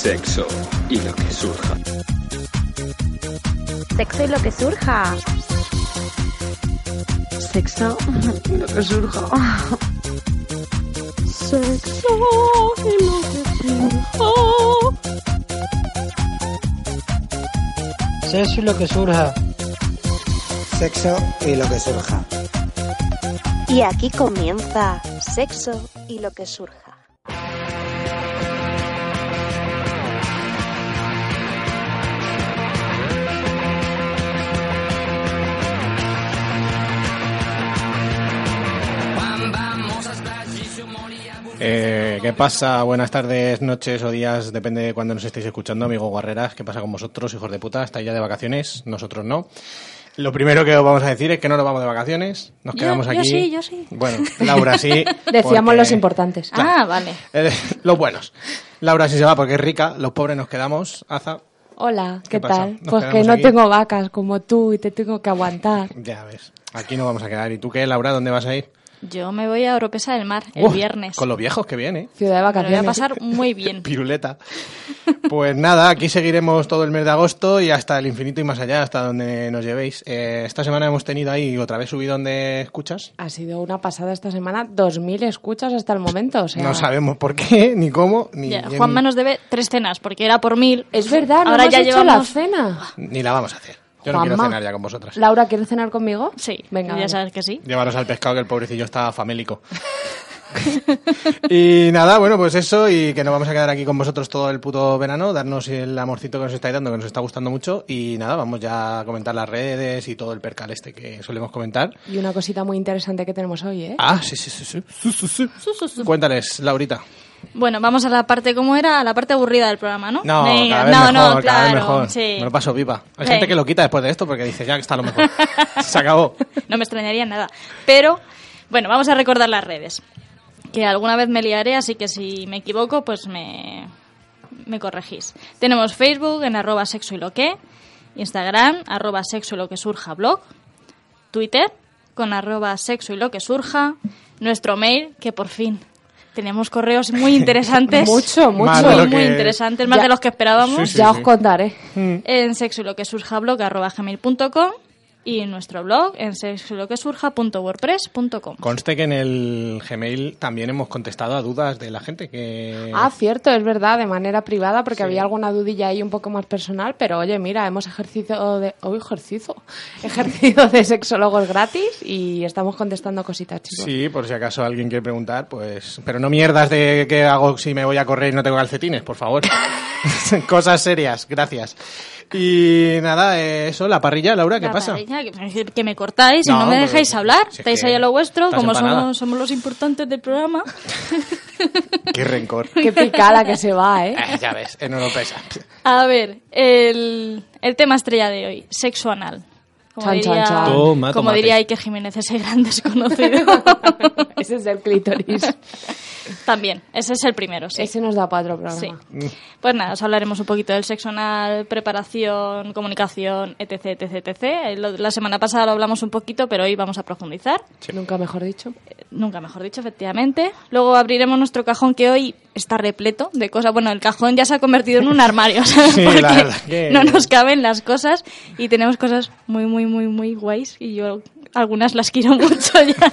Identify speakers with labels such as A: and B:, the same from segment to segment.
A: Sexo y lo que surja.
B: Sexo y lo que surja. Sexo y lo que surja. Sexo y
C: Sexo y
B: lo que surja.
C: lo que surja.
D: Sexo y lo que surja.
B: Y aquí comienza Sexo y lo que surja.
E: Eh, ¿Qué pasa? Buenas tardes, noches o días, depende de cuándo nos estéis escuchando, amigo Guerreras. ¿Qué pasa con vosotros, hijos de puta? ¿Estáis ya de vacaciones? Nosotros no. Lo primero que os vamos a decir es que no nos vamos de vacaciones, nos
F: Yo-
E: quedamos
F: yo
E: aquí.
F: sí, yo sí.
E: Bueno, Laura sí.
G: Decíamos
E: porque-
G: los importantes.
F: Ah, vale.
E: Eh, los buenos. Laura sí se va porque es rica, los pobres nos quedamos. Aza,
G: Hola, ¿qué,
E: ¿Qué pasa?
G: tal?
E: Nos
G: Pues que
E: quedamos
G: no
E: aquí.
G: tengo vacas como tú y te tengo que aguantar.
E: ya ves. Aquí no vamos a quedar. ¿Y tú qué, Laura? ¿Dónde vas a ir?
F: Yo me voy a Oropesa del Mar el
E: Uf,
F: viernes.
E: Con los viejos ¿eh? que viene.
G: Ciudad de
F: Me lo voy
G: vacaciones.
F: a pasar muy bien.
E: Piruleta. Pues nada, aquí seguiremos todo el mes de agosto y hasta el infinito y más allá, hasta donde nos llevéis. Eh, esta semana hemos tenido ahí otra vez subidón de escuchas.
G: Ha sido una pasada esta semana, 2.000 escuchas hasta el momento. O sea,
E: No sabemos por qué, ni cómo, ni,
F: Ya,
E: ni-
F: Juanma nos debe tres cenas, porque era por mil.
G: Es verdad, no
F: Ahora
G: hemos
F: ya
G: hecho
F: llevamos...
G: la cena.
E: ni la vamos a hacer. Yo no quiero
G: Juanma.
E: cenar ya con vosotras.
G: Laura, ¿quieres cenar conmigo?
F: Sí,
G: Venga,
F: ya
G: vale.
F: sabes que sí.
E: Llevaros al pescado que el pobrecillo está famélico. y nada, bueno, pues eso y que nos vamos a quedar aquí con vosotros todo el puto verano, darnos el amorcito que nos estáis dando, que nos está gustando mucho y nada, vamos ya a comentar las redes y todo el percal este que solemos comentar.
G: Y una cosita muy interesante que tenemos hoy, ¿eh?
E: Ah, sí, sí, sí, sí. Sí, sí, sí. Cuéntales, Laurita.
F: Bueno, vamos a la parte, ¿cómo era? A la parte aburrida del programa, ¿no?
E: No,
F: Venga,
E: cada vez
F: no,
E: mejor,
F: no,
E: cada vez
F: claro,
E: mejor.
F: sí.
E: Me lo paso viva. Hay
F: Sí.
E: gente que lo quita después de esto porque dice, ya que está lo mejor. Se acabó.
F: No me extrañaría nada. Pero, bueno, vamos a recordar las redes. Que alguna vez me liaré, así que si me equivoco, pues me, me corregís. Tenemos Facebook en arroba sexo y lo que, Instagram, arroba sexo y lo que surja blog, Twitter con arroba sexo y lo que surja, nuestro mail, que por fin tenemos correos muy interesantes.
G: Mucho, mucho.
E: Más de
F: Muy,
E: lo
F: muy
E: que-
F: interesantes, más
G: Ya.
F: de los que esperábamos.
E: Sí,
G: ya
E: sí. Mm.
G: os contaré.
F: En sexo y lo que surja blog arroba gmail.com y en nuestro blog en sexo y lo que surja punto wordpress.com.
E: Conste que en el Gmail también hemos contestado a dudas de la gente que...
G: Ah, cierto, es verdad, de manera privada, porque había alguna dudilla ahí un poco más personal, pero oye, mira, hemos ejercido de. hoy ejercicio! Ejercido de sexólogos gratis y estamos contestando cositas, chicos.
E: Sí, por si acaso alguien quiere preguntar, pues... Pero no mierdas de qué hago si me voy a correr y no tengo calcetines, por favor. Cosas serias, gracias. Y nada, eh, eso, la parrilla, Laura, ¿qué
F: La
E: pasa?
F: parrilla, que, que me cortáis y
E: No,
F: no me
E: pero-
F: dejáis hablar.
E: si es
F: Estáis
E: que
F: ahí a lo vuestro,
E: estás
F: como
E: empanada.
F: somos, somos los importantes del programa.
E: Qué rencor.
G: Qué picada que se va, ¿eh?
E: Eh, ya ves, en Europa esa.
F: A ver, el, el tema estrella de hoy, sexo anal. Como
G: Chan, chan,
F: diría,
G: chan.
E: Toma,
F: como
E: tomate.
F: diría Iker Jiménez, ese gran desconocido.
G: Ese es el clítoris.
F: También, ese es el primero, sí.
G: Ese nos da para otro programa.
F: Sí. Pues nada, os hablaremos un poquito del sexo anal, preparación, comunicación, etc, etc, etc. Eh, lo- La semana pasada lo hablamos un poquito, pero hoy vamos a profundizar.
G: Nunca mejor dicho.
F: Eh, Nunca mejor dicho, efectivamente. Luego abriremos nuestro cajón que hoy está repleto de cosas. Bueno, el cajón ya se ha convertido en un armario, ¿sabes?
E: Sí, la
F: Porque
E: verdad que-
F: no nos caben las cosas y tenemos cosas muy, muy, muy, muy guays y yo algunas las quiero mucho ya.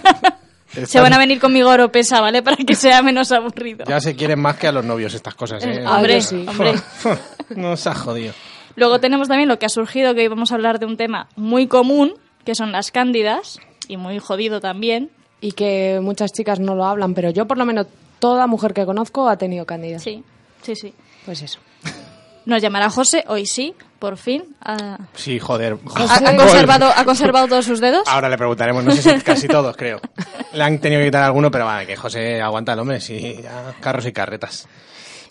F: Se
E: Están-
F: van a venir conmigo a Oropesa, ¿vale? Para que sea menos aburrido.
E: Ya se quieren más que a los novios estas cosas, ¿eh?
G: Ah,
F: Hombre,
G: yo sí.
F: hombre.
E: no se ha jodido.
F: Luego tenemos también lo que ha surgido, que hoy vamos a hablar de un tema muy común, que son las cándidas, y muy jodido también.
G: Y que muchas chicas no lo hablan, pero yo por lo menos toda mujer que conozco ha tenido candida.
F: Sí, sí, sí.
G: Pues eso.
F: Nos llamará José, hoy sí, por fin. Ha,
E: Sí, joder.
F: ha- ha conservado, ha conservado todos sus dedos.
E: Ahora le preguntaremos, no sé si casi todos, creo. Le han tenido que quitar alguno, pero vale, que José aguanta el hombre, sí, ya, carros y carretas.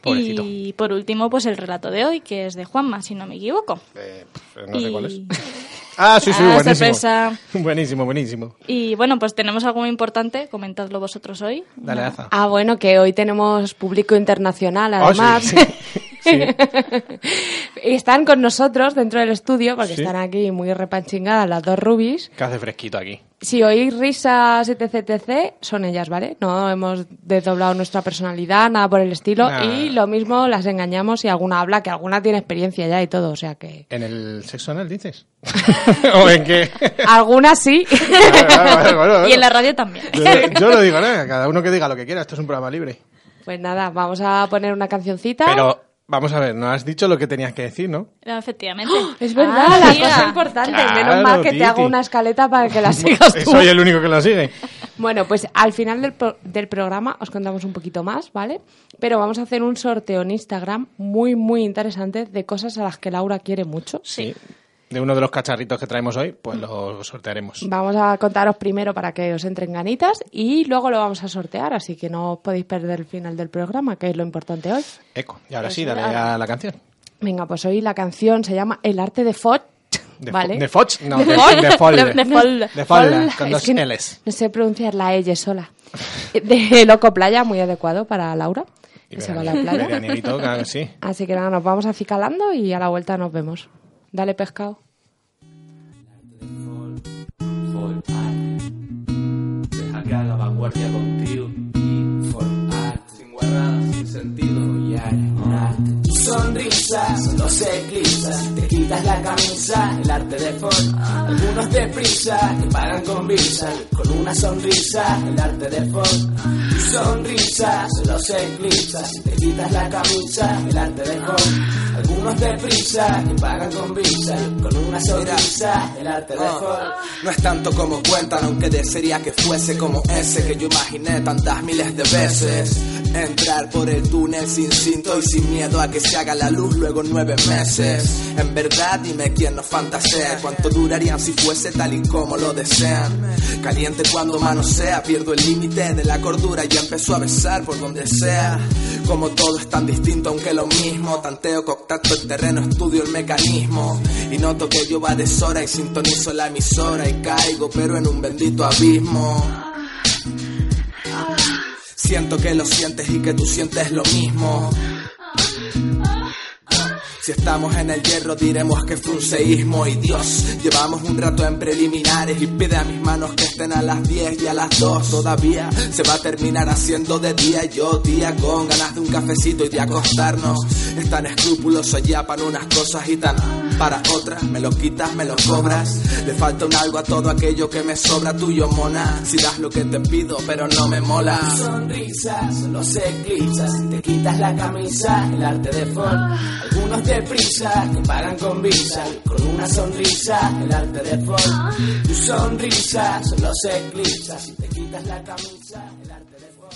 E: Pobrecito.
F: Y por último, pues el relato de hoy, que es de Juanma, si no me equivoco.
E: Eh, pues, no sé
F: y-
E: cuál es. Ah, sí, sí,
F: Ah,
E: buenísimo.
F: sorpresa.
E: Buenísimo, buenísimo.
F: Y bueno, pues tenemos algo muy importante, comentadlo vosotros hoy.
E: Dale, Aza.
G: Ah, bueno, que hoy tenemos público internacional,
E: Ah, sí,
G: además.
E: sí. Sí.
G: Y están con nosotros dentro del estudio, porque
E: Sí.
G: están aquí muy repachingadas las dos rubis.
E: Que hace fresquito aquí.
G: si oís risas, etc, etc, son ellas, ¿vale? No hemos desdoblado nuestra personalidad, nada por el estilo.
E: Nah.
G: Y lo mismo las engañamos y alguna habla, que alguna tiene experiencia ya y todo, o sea que...
E: ¿En el sexo anal dices? ¿O en qué?
G: Algunas sí.
E: Vale, vale, vale, vale, vale.
F: Y en la radio también.
E: Yo- Yo no digo nada, cada uno que diga lo que quiera, esto es un programa libre.
G: pues nada, vamos a poner una cancioncita.
E: Pero vamos a ver, no has dicho lo que tenías que decir, ¿no?
F: Ah, Efectivamente.
G: Es verdad,
F: Ah,
G: la
F: tía.
G: cosa importante.
E: Claro,
G: Menos mal que
E: Titi.
G: te hago una escaleta para que la sigas tú.
E: Soy el único que lo sigue.
G: Bueno, pues al final del, pro- del programa os contamos un poquito más, ¿vale? Pero vamos a hacer un sorteo en Instagram muy, muy interesante de cosas a las que Laura quiere mucho.
E: Sí. De uno de los cacharritos que traemos hoy, pues lo sortearemos.
G: Vamos a contaros primero para que os entren ganitas y luego lo vamos a sortear, así que no os podéis perder el final del programa, que es lo importante hoy.
E: Eco. Y ahora sí, dale a la canción.
G: Venga, pues hoy la canción se llama El arte de Foch,
E: De,
G: ¿vale?
E: fo- de Foch, no, de,
G: Foch.
E: de Folle.
F: De- de Folle.
E: De Folle,
G: Folle.
E: con
G: Es
E: dos
G: que no-
E: Ls.
G: No sé pronunciar la L sola. De Loco Playa, muy adecuado para Laura,
E: Y
G: que se va a
E: verani-
G: la playa.
E: veraniego, claro que sí.
G: Así que nada, nos vamos acicalando y a la vuelta nos vemos. Dale pescado.
H: For Art. Deja que haga vanguardia contigo. Y For Art. Sin guardadas, sin sentido. Y hay un arte. Tu sonrisa, solo se eclipsa. Si te quitas la camisa, el arte de Ford. Algunos deprisa, que pagan con visa. Con una sonrisa, el arte de Ford. Tu sonrisa, solo se eclipsa. Si te quitas la camisa, el arte de Ford. Algunos deprisa, que pagan con visa. Con una sonrisa, el arte de Ford.
I: No es tanto como cuentan, aunque desearía que fuese como ese que yo imaginé tantas miles de veces. Entrar por el túnel sin cinto y sin miedo a que se haga la luz luego nueve meses. En verdad, dime quién nos fantasea, cuánto durarían si fuese tal y como lo desean. Caliente cuando manosea, pierdo el límite de la cordura y ya empezó a besar por donde sea. Como todo es tan distinto, aunque lo mismo. Tanteo, contacto el terreno, estudio el mecanismo. Y noto que yo va deshora y sintonizo la emisora y caigo, pero en un bendito abismo. Siento que lo sientes y que tú sientes lo mismo. Si estamos en el hierro diremos que fue un seísmo y Dios Llevamos un rato en preliminares y pide a mis manos que estén a las 10 y a las 2 Todavía se va a terminar haciendo de día y yo día Con ganas de un cafecito y de acostarnos Es tan escrupuloso ya para unas cosas y tan para otras Me lo quitas, me lo cobras Le falta un algo a todo aquello que me sobra tuyo mona Si das lo que te pido pero no me mola
H: Tu sonrisa solo se eclipsa si te quitas la camisa, el arte de Ford. Algunos deprisa que pagan con visa, con una sonrisa, el arte de Ford. Tu sonrisa solo se eclipsa si te quitas la camisa, el arte de Ford.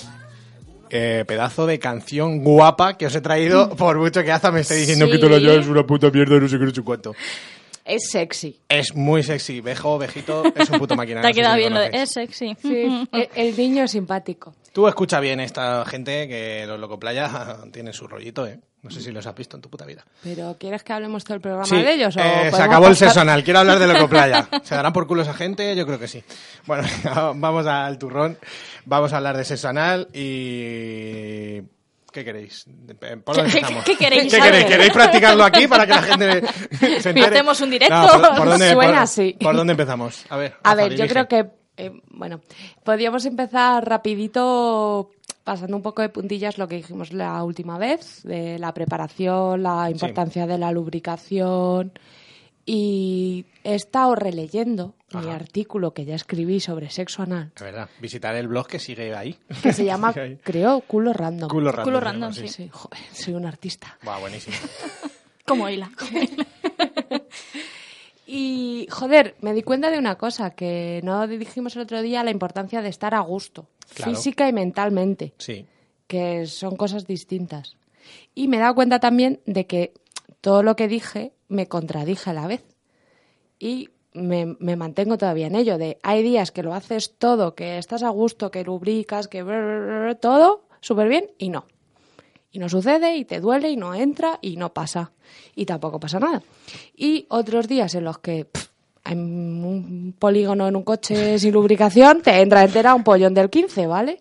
E: Eh, pedazo de canción guapa que os he traído, por mucho que Aza me esté diciendo
G: Sí.
E: que te lo llevas una puta mierda, no sé qué, no sé cuánto.
G: Es sexy.
E: Es muy sexy, vejo, vejito, es un puto máquina. no
F: Te ha
E: sé si
F: quedado
E: lo
F: bien lo de
E: conocéis.
F: es sexy.
G: Sí, el, el niño es simpático.
E: Tú escucha bien esta gente que los Loco Playa tienen su rollito, ¿eh? No sé si los has visto en tu puta vida.
G: Pero ¿quieres que hablemos todo el programa
E: Sí,
G: de ellos? o
E: eh,
G: podemos
E: se acabó el
G: pasar?
E: sesonal, quiero hablar de Loco Playa. ¿Se darán por culo esa gente? Yo creo que sí. Bueno, vamos al turrón, vamos a hablar de sesonal y... ¿Qué queréis? ¿Por dónde
F: ¿Qué-
E: empezamos?
F: qué queréis?
E: ¿Qué
F: A ver.
E: queréis? ¿Queréis practicarlo aquí para que la gente se entere?
F: Hacemos un directo.
E: No, ¿por, por dónde,
G: Suena
E: por-
G: así.
E: ¿Por dónde empezamos? A ver,
G: A
E: Rafa,
G: ver, yo
E: dirige.
G: creo que, eh, bueno, podríamos empezar rapidito pasando un poco de puntillas lo que dijimos la última vez, de la preparación, la importancia de la lubricación. Y he estado releyendo mi
E: Ajá.
G: artículo que ya escribí sobre sexo anal,
E: La verdad, visitar el blog que sigue ahí.
G: que se llama,
E: Sigue ahí.
G: creo, culo random.
E: Culo random.
F: Culo
E: se llama,
F: random, sí.
G: Sí, joder, soy un artista.
E: Buah, buenísimo.
F: Como hila. como hila.
G: Y, joder, me di cuenta de una cosa, que no dijimos el otro día la importancia de estar a gusto,
E: Claro.
G: física y mentalmente.
E: Sí.
G: que son cosas distintas. Y me he dado cuenta también de que todo lo que dije me contradije a la vez. Y me, me mantengo todavía en ello, de hay días que lo haces todo, que estás a gusto, que lubricas, que brr, brr, brr, todo súper bien y no. Y no sucede y te duele y no entra y no pasa. Y tampoco pasa nada. Y otros días en los que pff, hay un polígono en un coche sin lubricación, te entra entera un pollón del 15, ¿vale?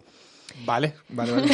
E: Vale, vale, vale.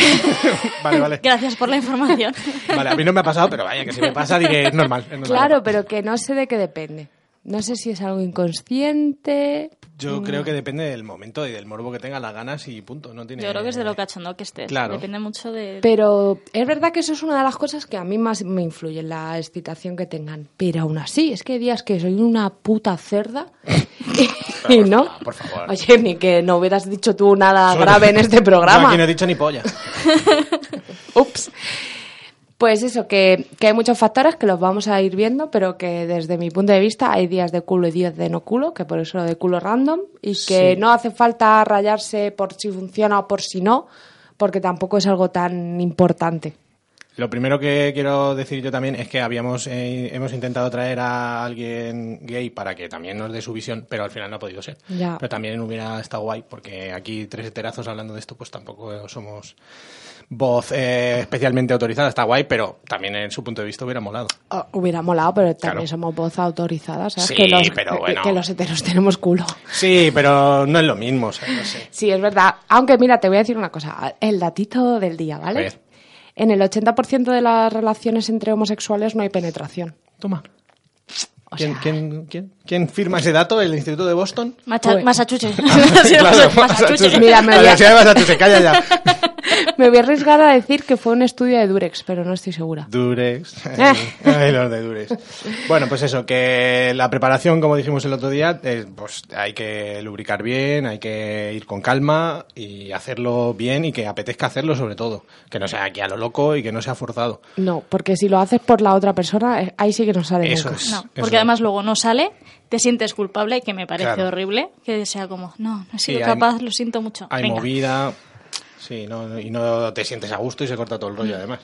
E: vale, vale.
F: Gracias por la información.
E: Vale, a mí no me ha pasado, pero vaya, que si me pasa, diré, es normal. es normal.
G: Claro, pero que no sé de qué depende. No sé si es algo inconsciente.
E: Yo creo que depende del momento y del morbo que tenga las ganas y punto. No tiene...
F: Yo creo que es de lo cachondo que estés.
E: Claro.
F: Depende mucho de...
G: Pero es verdad que eso es una de las cosas que a mí más me influye, la excitación que tengan. Pero aún así, es que hay días que soy una puta cerda. y
E: por
G: no.
E: favor, por favor.
G: Oye, ni que no hubieras dicho tú nada grave en este
E: Yo
G: programa.
E: aquí no he dicho ni polla.
G: Ups. Pues eso, que, que hay muchos factores que los vamos a ir viendo, pero que desde mi punto de vista hay días de culo y días de no culo, que por eso lo de culo random, y que no hace falta rayarse por si funciona o por si no, porque tampoco es algo tan importante.
E: Lo primero que quiero decir yo también es que habíamos eh, hemos intentado traer a alguien gay para que también nos dé su visión, pero al final no ha podido ser.
G: Ya.
E: Pero también hubiera estado guay, porque aquí tres heterazos hablando de esto, pues tampoco somos voz eh, especialmente autorizada. Está guay, pero también en su punto de vista hubiera molado.
G: O- Ah, hubiera molado, pero
E: Claro.
G: también somos voz autorizada, ¿sabes?
E: Sí,
G: que, los,
E: pero
G: que-
E: bueno.
G: que los heteros tenemos culo.
E: Sí, pero no es lo mismo, o sea, no sé.
G: Sí, es verdad. Aunque mira, te voy a decir una cosa. El datito del día, ¿vale?
E: A ver.
G: En el 80% de las relaciones entre homosexuales no hay penetración.
E: Toma.
G: O
E: ¿Quién,
G: sea,
E: quién- quién- quién firma ese dato? ¿El Instituto de Boston?
F: Macha-
G: Uy.
F: Massachusetts.
E: claro,
F: Massachusetts.
G: Mira, me voy a-
E: Vale, sí, Massachusetts, calla ya.
G: me voy a arriesgar a decir que fue un estudio de Durex, pero no estoy segura.
E: Durex.
G: Eh.
E: Ay, los de Durex. Bueno, pues eso, que la preparación, como dijimos el otro día, eh, pues hay que lubricar bien, hay que ir con calma y hacerlo bien y que apetezca hacerlo sobre todo. Que no sea aquí a lo loco y que no sea forzado.
G: No, porque si lo haces por la otra persona, eh, ahí sí que no sale
E: Eso
G: nunca.
E: es.
F: No,
E: Eso es.
F: porque además luego no sale, te sientes culpable, que me parece
E: Claro.
F: horrible, que sea como, no, no he sido
E: Sí, hay-
F: capaz, lo siento mucho.
E: Hay
F: Venga.
E: movida. Sí, no, y no te sientes a gusto y se corta todo el
F: Mm.
E: rollo además.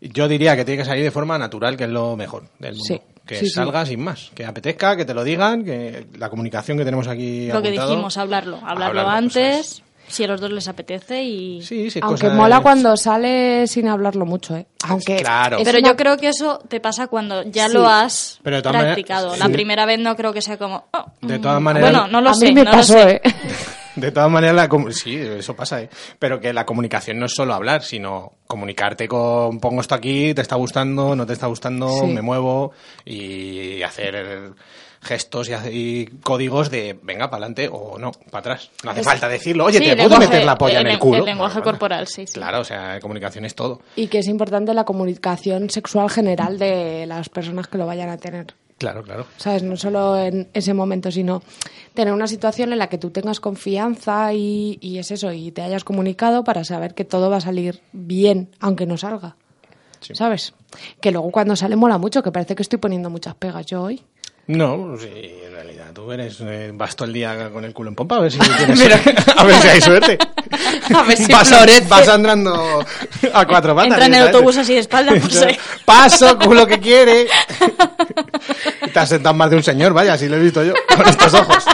E: Yo diría que tiene que salir de forma natural, que es lo mejor del mundo.
G: Sí,
E: que
G: sí, sí.
E: salga sin más, que apetezca, que te lo digan, que la comunicación que tenemos aquí
F: Lo que
E: apuntado-
F: dijimos, hablarlo. Hablarlo
E: Hablarlo, pues,
F: antes, si a los dos les apetece y...
E: Sí, sí,
G: Aunque
E: cosa de- Ah,
G: mola cuando sale sin hablarlo mucho, ¿eh? Aunque
E: Claro.
G: es
F: Pero
G: una-
F: yo creo que eso te pasa cuando ya
G: Sí.
F: lo has
E: Pero de todas maneras-
F: practicado.
E: sí.
F: La primera vez no creo que sea como... oh,
E: De
F: mm,
E: todas maneras-
F: Bueno, no lo
G: a
F: sé.
G: mí me
F: no lo
G: pasó,
F: sé.
G: ¿eh?
E: De todas maneras, la comu- sí, eso pasa, ¿eh? Pero que la comunicación no es solo hablar, sino comunicarte con pongo esto aquí, te está gustando, no te está gustando,
G: Sí.
E: me muevo y hacer gestos y, hace- y códigos de venga para adelante o no, para atrás. No hace falta decirlo, oye,
F: Sí,
E: te
F: el
E: puedo
F: lenguaje-
E: meter la polla en el
F: len-
E: culo.
F: El lenguaje
E: Bueno,
F: corporal,
E: bueno.
F: sí, sí.
E: Claro, o sea, comunicación es todo.
G: Y que es importante la comunicación sexual general de las personas que lo vayan a tener.
E: Claro, claro.
G: ¿Sabes? No solo en ese momento, sino tener una situación en la que tú tengas confianza y, y es eso, y te hayas comunicado para saber que todo va a salir bien, aunque no salga.
E: Sí.
G: ¿Sabes? Que luego cuando sale mola mucho, que parece que estoy poniendo muchas pegas yo hoy.
E: No, sí, en realidad tú eres eh, vas todo el día con el culo en pompa a ver si tienes- a ver si hay suerte.
G: A ver si
E: vas,
G: florece.
E: vas andando a cuatro patas.
F: Entra en
E: directamente.
F: el autobús así de espaldas, por si-
E: Paso, culo que quiere. Y Te has sentado más de un señor, vaya, si lo he visto yo, con estos ojos,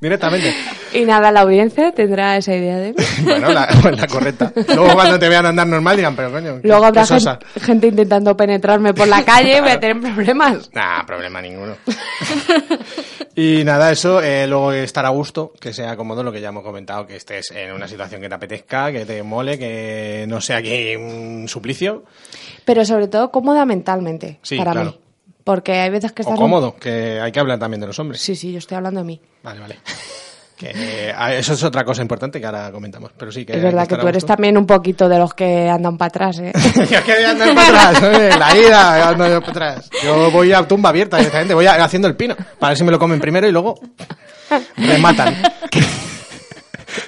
E: directamente.
G: Y nada, la audiencia tendrá esa idea de mí.
E: Bueno, la, pues la correcta. Luego cuando te vean andar normal dirán, pero coño, qué-
G: Luego habrá
E: qué sosa.
G: gen- gente intentando penetrarme por la calle, voy a tener problemas.
E: Nah, problema ninguno. y nada, eso, eh, luego estar a gusto, que sea cómodo, lo que ya hemos comentado, que estés en una situación que te apetezca, que te mole, que no sea aquí un suplicio.
G: Pero sobre todo cómoda mentalmente,
E: Sí,
G: para
E: claro.
G: mí. Porque hay veces
E: O
G: que estás...
E: cómodo, que hay que hablar también de los hombres.
G: Sí, sí, yo estoy hablando de mí.
E: Vale, vale. Que, eh, a- eso es otra cosa importante que ahora comentamos. Pero sí que
G: Es
E: hay
G: verdad que
E: estar
G: tú
E: a
G: eres
E: gusto.
G: también un poquito de los que andan para atrás, ¿eh?
E: Yo quería andar para atrás, oye, la ida, yo ando yo para atrás. Yo voy a tumba abierta directamente, voy a- haciendo el pino, para ver si me lo comen primero y luego me matan.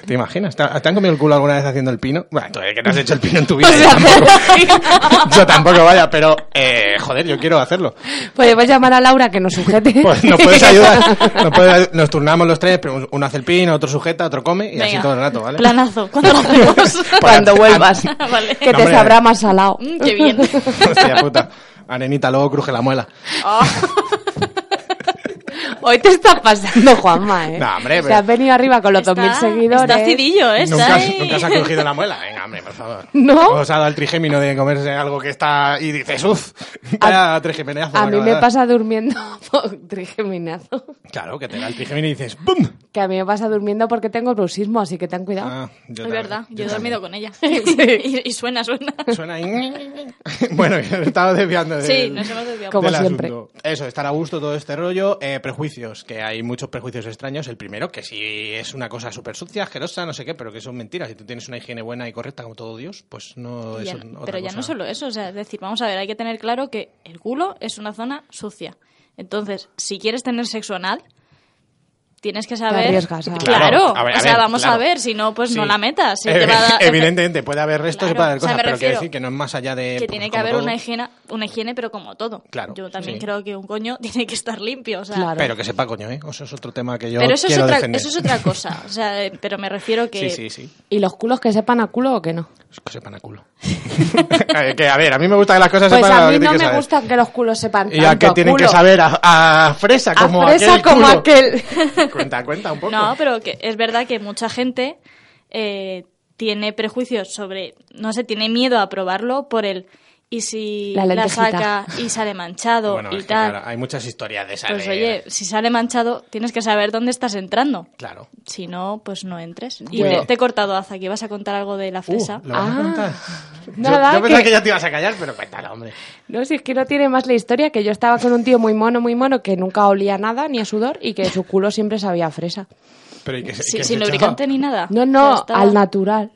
E: ¿Te imaginas? ¿Te, te han comido el culo alguna vez haciendo el pino? Bueno, tú, eh, que te has hecho el pino en tu vida. yo, tampoco, yo tampoco, vaya, pero eh, joder, yo quiero hacerlo.
G: Podemos Pues llamar a Laura que nos sujete.
E: Pues nos puedes ayudar. Nos, puedes- nos turnamos los tres, pero uno hace el pino, otro sujeta, otro come y así
F: Venga,
E: todo el rato, ¿vale? Pues
F: Planazo. ¿Cuándo lo hacemos?
G: Cuando vuelvas.
F: Vale.
G: Que
E: No,
G: te
E: hombre.
G: sabrá más salado.
F: Mm, qué bien.
E: Hostia puta. Arenita, luego cruje la muela.
F: Oh.
G: Hoy te está pasando, Juanma, ¿eh?
E: No, hombre,
G: Te
E: pero-
G: has venido arriba con los
F: Está-
G: 2.000 seguidores.
F: Está cidillo, ¿eh? Está
E: Nunca,
F: ahí.
E: nunca se ha crujido la muela. Venga, hombre, por favor.
G: ¿No?
E: Os ha dado el trigémino de comerse algo que está... Y dices, uff, vaya trigeminazo.
G: A
E: me
G: mí
E: acaba de
G: me
E: dar".
G: pasa durmiendo por trigeminazo.
E: Claro, que te da el trigémino y dices, ¡bum!
G: Que a mí me pasa durmiendo porque tengo bruxismo, así que ten cuidado.
E: Ah, yo
F: Es
E: también,
F: verdad, yo, he
E: también.
F: dormido con ella. y, y suena, suena.
E: Suena ahí. bueno, yo me estaba desviando de...
F: Sí, nos hemos desviado.
G: Como
E: del
G: siempre.
E: asunto. Eso, estar a gusto todo este rollo. Eh, prejuicios, que hay muchos prejuicios extraños. El primero, que si es una cosa súper sucia, asquerosa, no sé qué, pero que son mentiras. Si tú tienes una higiene buena y correcta como todo Dios, pues no
F: Ya
E: es
F: no-
E: un- otra
F: pero ya no
E: cosa.
F: solo eso, o sea, es decir, vamos a ver, hay que tener claro que el culo es una zona sucia. Entonces, si quieres tener sexo anal, tienes que saber.
G: arriesgas a-
F: Claro,
E: a ver, a
F: o sea,
E: ver,
F: vamos a
E: claro.
F: ver, si no, pues no
E: Sí.
F: la metas. si
E: Evi-
F: te va a dar-
E: Evidentemente, puede haber restos y
F: Claro,
E: puede haber
F: o sea,
E: cosas,
F: me
E: pero quiero
F: refiero
E: decir que no es más allá de.
F: que tiene que
E: como
F: haber
E: todo,
F: una higiene, una higiene, pero como todo.
E: Claro,
F: Yo también
E: sí.
F: creo que un coño tiene que estar limpio, o sea,
G: Claro.
E: Pero que sepa, coño, ¿eh? Eso es otro tema que yo
F: pero eso es
E: quiero
F: otra,
E: defender.
F: eso es otra cosa, o sea, eh, pero me refiero que
E: Sí, sí, sí.
G: ¿Y los culos que sepan a culo o que no?
E: Que sepan a culo. Eh, que, a ver, a mí me gusta que las cosas
G: Pues
E: sepan
G: a
E: lo que
G: mí no
E: tienen que
G: me
E: saber.
G: gustan que los culos sepan
E: Y a
G: tanto
E: qué tienen
G: culo.
E: que saber a, a fresa
G: A
E: como
G: fresa
E: aquel
G: como
E: culo.
G: aquel.
E: Cuenta, cuenta un poco.
F: No, pero que es verdad que mucha gente eh, tiene prejuicios sobre, no sé, tiene miedo a probarlo por el y si
G: La
F: la,
G: lentejita.
F: saca y sale manchado
E: Bueno,
F: y
E: es que,
F: tal.
E: claro, hay muchas historias de esas.
F: pues
E: de-
F: oye, si sale manchado, tienes que saber dónde estás entrando.
E: Claro.
F: Si no, pues no entres. Y
G: Yo-
F: te, te he cortado, Aza, que vas a contar algo de la
E: Uh,
F: fresa.
E: ¿lo vas a
G: Ah.
E: contar?
G: Nada,
E: yo, yo pensaba
G: que-
E: que ya te ibas a callar, pero cuéntalo, hombre.
G: No, si es que no tiene más la historia, que yo estaba con un tío muy mono, muy mono, que nunca olía nada, ni a sudor, y que su culo siempre sabía a fresa.
E: Pero ¿y qué se-
F: Sí,
E: qué se
F: sin
E: echaba?
F: lubricante ni nada.
G: No,
F: Pero
G: no,
F: estaba-
G: al natural.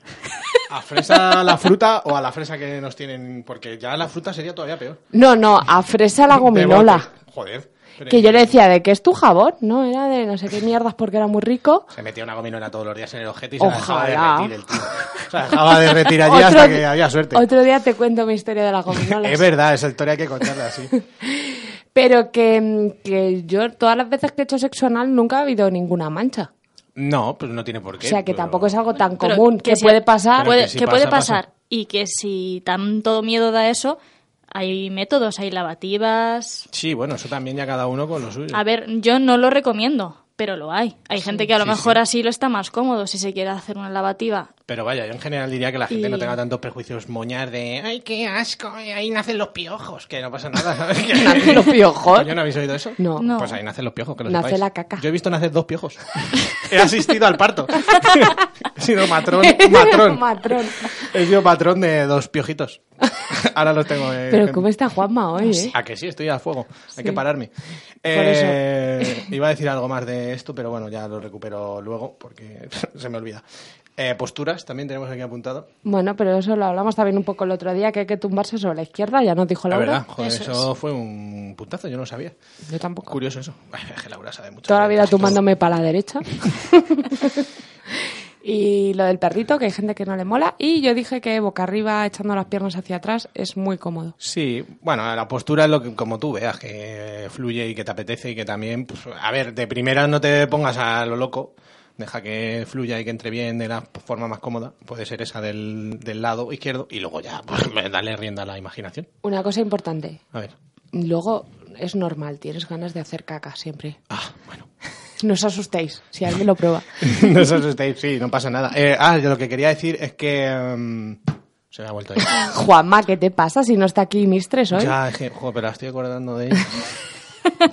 E: ¿A fresa la fruta o a la fresa que nos tienen? Porque ya la fruta sería todavía peor.
G: No, no, a fresa la
E: De
G: gominola.
E: golpe. Joder. Pero
G: Que yo le decía, ¿de qué es tu jabón? No, era de no sé qué mierdas porque era muy rico.
E: Se metía una gominola todos los días en el ojete y se la
G: Ojalá.
E: dejaba derretir el tío. Se la dejaba derretir allí hasta
G: di-
E: que había suerte.
G: otro día te cuento mi historia de la gominola.
E: Es verdad, esa historia hay que contarla así.
G: Pero que, mm, que yo todas las veces que he hecho sexo anal nunca ha habido ninguna mancha.
E: No, pues no tiene por qué.
G: O sea que
E: pero-
G: tampoco es algo tan
F: Pero
G: común. Que,
F: si-
G: puede pasar.
E: Pero
F: puede-
E: que si
F: que puede
E: pasa, pasa.
F: pasar. Y que si tanto miedo da eso, hay métodos, hay lavativas,
E: Sí, bueno, eso también ya cada uno con lo suyo.
F: A ver, yo no lo recomiendo, pero lo hay. Hay gente que a lo mejor así lo está más cómodo si se quiere hacer una lavativa.
E: Pero vaya, yo en general diría que la gente
F: Y-
E: no tenga tantos prejuicios moñar de ¡Ay, qué asco! eh, Ahí nacen los piojos. Que no pasa nada. Que
G: ¿Nacen los piojos?
E: ¿Coño, no habéis oído eso?
G: No.
F: No.
E: Pues ahí nacen los piojos, que lo
G: Nace
E: sepáis.
G: la caca.
E: Yo he visto nacer dos piojos. he asistido al parto. he sido matrón. Matrón.
G: Matrón.
E: He sido patrón de dos piojitos. Ahora los tengo. eh,
G: Pero
E: en-
G: ¿cómo está Juanma hoy, eh?
E: A que sí, estoy a fuego. Hay que pararme.
G: eso.
E: Eh, Iba a decir algo más de esto, pero bueno, ya lo recupero luego porque se me olvida. Eh, posturas, también tenemos aquí apuntado.
G: Bueno, pero eso lo hablamos también un poco el otro día, que hay que tumbarse sobre la izquierda, ya nos dijo
E: La
G: Laura.
E: verdad, joder, eso, fue un puntazo, yo no lo sabía.
G: Yo tampoco.
E: Curioso eso. Ay, es que Laura sabe mucho.
G: Toda la vida
E: Todo.
G: tumbándome para la derecha. y lo del perrito, que hay gente que no le mola. Y yo dije que boca arriba, echando las piernas hacia atrás, es muy cómodo.
E: Sí, bueno, la postura es lo que, como tú veas, que fluye y que te apetece y que también, pues, a ver, de primera no te pongas a lo loco, deja que fluya y que entre bien de la forma más cómoda, puede ser esa del, del lado izquierdo y luego ya, pues, dale rienda a la imaginación.
G: Una cosa importante.
E: A ver.
G: Luego, es normal, tienes ganas de hacer caca siempre.
E: Ah, bueno.
G: No os asustéis, si alguien lo prueba.
E: no os asustéis, sí, no pasa nada. Eh, ah, yo lo que quería decir es que... mm, se me ha vuelto a ir.
G: Juanma, ¿qué te pasa si no está aquí Mistres hoy?
E: Ya, es que, joder, pero la estoy acordando de ella.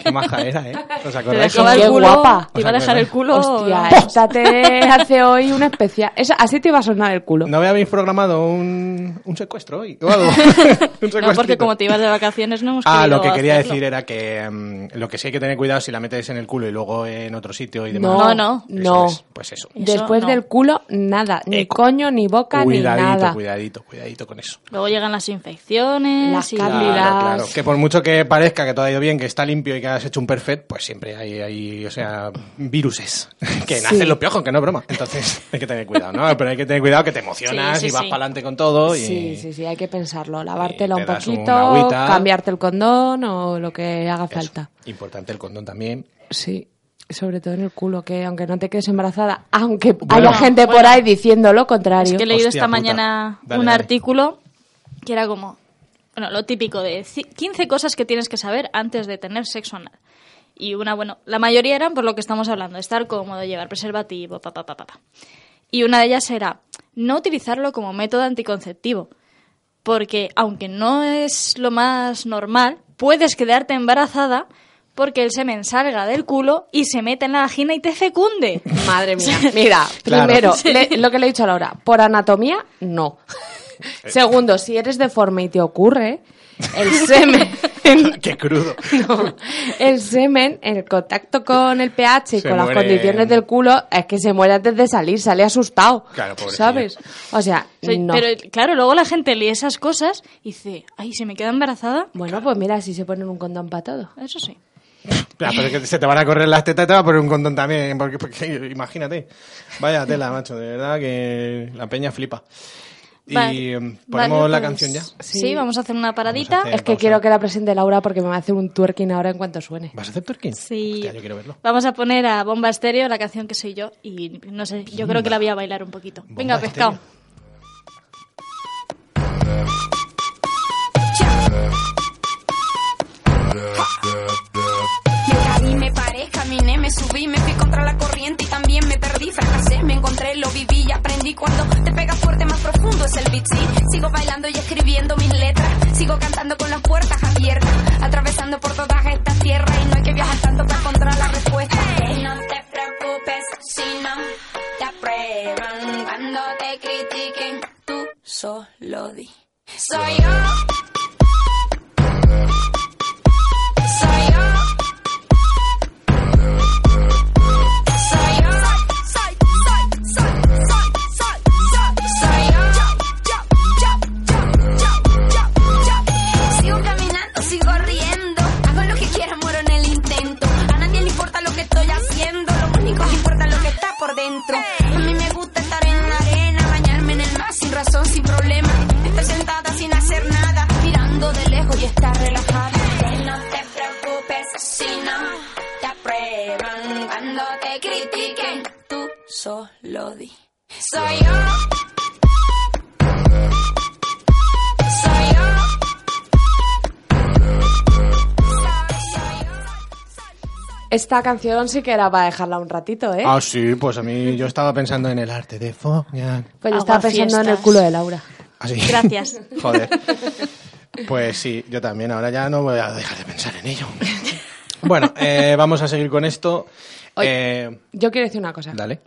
E: Qué maja era, ¿eh? ¿Os
F: Te
E: acordáis?
F: dejaba
G: Qué
F: el culo,
G: guapa.
F: te iba a dejar el culo.
G: Hostia, esta te hace hoy una especial. Esa- así te iba a sonar el culo.
E: ¿No habéis programado un, un secuestro hoy? o algo? Un
F: no, porque
E: secuestrito.
F: como te ibas de vacaciones no hemos
E: Ah,
F: querido
E: lo que quería
F: hacerlo.
E: decir era que mm, lo que sí hay que tener cuidado es si la metes en el culo y luego en otro sitio y demás.
G: No,
F: no,
E: Eso
G: no.
E: es, pues eso.
F: Eso
G: Después
F: no.
G: del culo, nada. Ni
E: Eh,
G: coño, ni boca,
E: cuidadito,
G: ni nada.
E: cuidadito, cuidadito con eso.
F: Luego llegan las infecciones.
G: Las
F: y-
G: cálidas.
E: Claro, claro. Que por mucho que parezca que todo ha ido bien, que está limpio y que has hecho un perfect, pues siempre hay, hay o sea, viruses que nacen los piojos, que no es broma. Entonces hay que tener cuidado, ¿no? Pero hay que tener cuidado que te emocionas
F: Sí, sí,
E: y vas
F: sí.
E: para adelante con todo. Y... eh,
G: Sí, sí, sí, hay que pensarlo.
E: te
G: Lavártela un
E: das una
G: poquito,
E: agüita.
G: cambiarte el condón o lo que haga
E: Eso.
G: falta.
E: Importante el condón también.
G: Sí, sobre todo en el culo, que aunque no te quedes embarazada, aunque
E: Bueno.
G: haya gente por
F: Bueno.
G: ahí diciendo lo contrario.
F: Es que he leído
E: Hostia
F: esta
E: puta.
F: mañana
E: Dale,
F: un
E: dale.
F: artículo que era como, bueno, lo típico de ci- 15 cosas que tienes que saber antes de tener sexo anal. Y una, bueno, la mayoría eran por lo que estamos hablando, estar cómodo, llevar preservativo, papá, papá, papá. Y una de ellas era no utilizarlo como método anticonceptivo, porque aunque no es lo más normal, puedes quedarte embarazada porque el semen salga del culo y se meta en la vagina y te fecunde.
G: Madre mía. Mira,
E: Claro.
G: primero, le- lo que le he dicho a Laura, por anatomía, no.
E: Eh.
G: Segundo, si eres deforme y te ocurre, el semen.
E: Qué crudo.
G: no, el semen, el contacto con el pH y
E: Se
G: con las
E: muere.
G: condiciones del culo, es que se muere antes de salir, sale asustado.
E: Claro, pobrecillo.
G: ¿Sabes? O sea,
F: O sea,
G: no.
F: Pero claro, luego la gente lee esas cosas y dice, ay, ¿se me queda embarazada?
G: Bueno, pues mira, si se ponen un condón para todo.
F: Eso sí.
E: Claro, pero es que se te van a correr las tetas y te va a poner un condón también, porque, porque imagínate. Vaya tela, macho, de verdad que la peña flipa. Y
F: Vale.
E: em,
F: Vale,
E: ponemos la
F: pues,
E: canción ya.
F: Sí.
G: Sí.
F: vamos a hacer una paradita.
E: hacer-
G: Es que
E: pausa.
G: quiero que la presente Laura porque me va a hacer un twerking ahora en cuanto suene.
E: ¿Vas a hacer twerking?
F: Sí.
E: Hostia, yo quiero verlo.
F: Vamos a poner a Bomba Estéreo la canción que soy yo y no sé, yo creo que la voy a bailar un poquito. Venga,
E: Bomba
F: pescado.
E: Estéreo.
J: Me caí, me paré, caminé, me subí, me fui contra la corriente y también me perdí, fracasé, me encontré, lo viví y aprendí cuando te pega fuerte más profundo es el beat, sí. Sigo bailando y escribiendo mis letras, sigo cantando con las puertas abiertas, atravesando por todas estas tierras y no hay que viajar tanto para encontrar la respuesta. No te preocupes si no te aprueban cuando te critiquen, tú solo di. Soy yo. Soy yo. Soy yo, soy, soy, soy, soy, soy, soy, soy yo. Yo, yo, yo, yo, yo, yo, yo. Sigo caminando, sigo riendo. Hago lo que quiera, muero en el intento. A nadie le importa lo que estoy haciendo. Lo único que importa es lo que está por dentro. A mí me gusta estar en la arena, bañarme en el mar sin razón, sin problema. Estar sentada sin hacer nada, mirando de lejos y estar relajada. No te preocupes si no te aprueban cuando te critiquen. Tú solo di. Soy yo. Soy yo. Soy
G: Esta canción sí que era para dejarla un ratito, ¿eh?
E: Ah, sí, pues a mí yo estaba pensando en el arte de follar.
G: Pues yo
F: Agua
G: estaba pensando en el
F: fiestas.
G: culo de Laura.
E: Así.
F: Gracias.
E: Joder. Pues sí, yo también. Ahora ya no voy a dejar de pensar en ello. Bueno, eh, vamos a seguir con esto.
G: Oye.
E: Eh,
G: Yo quiero decir una cosa.
E: dale.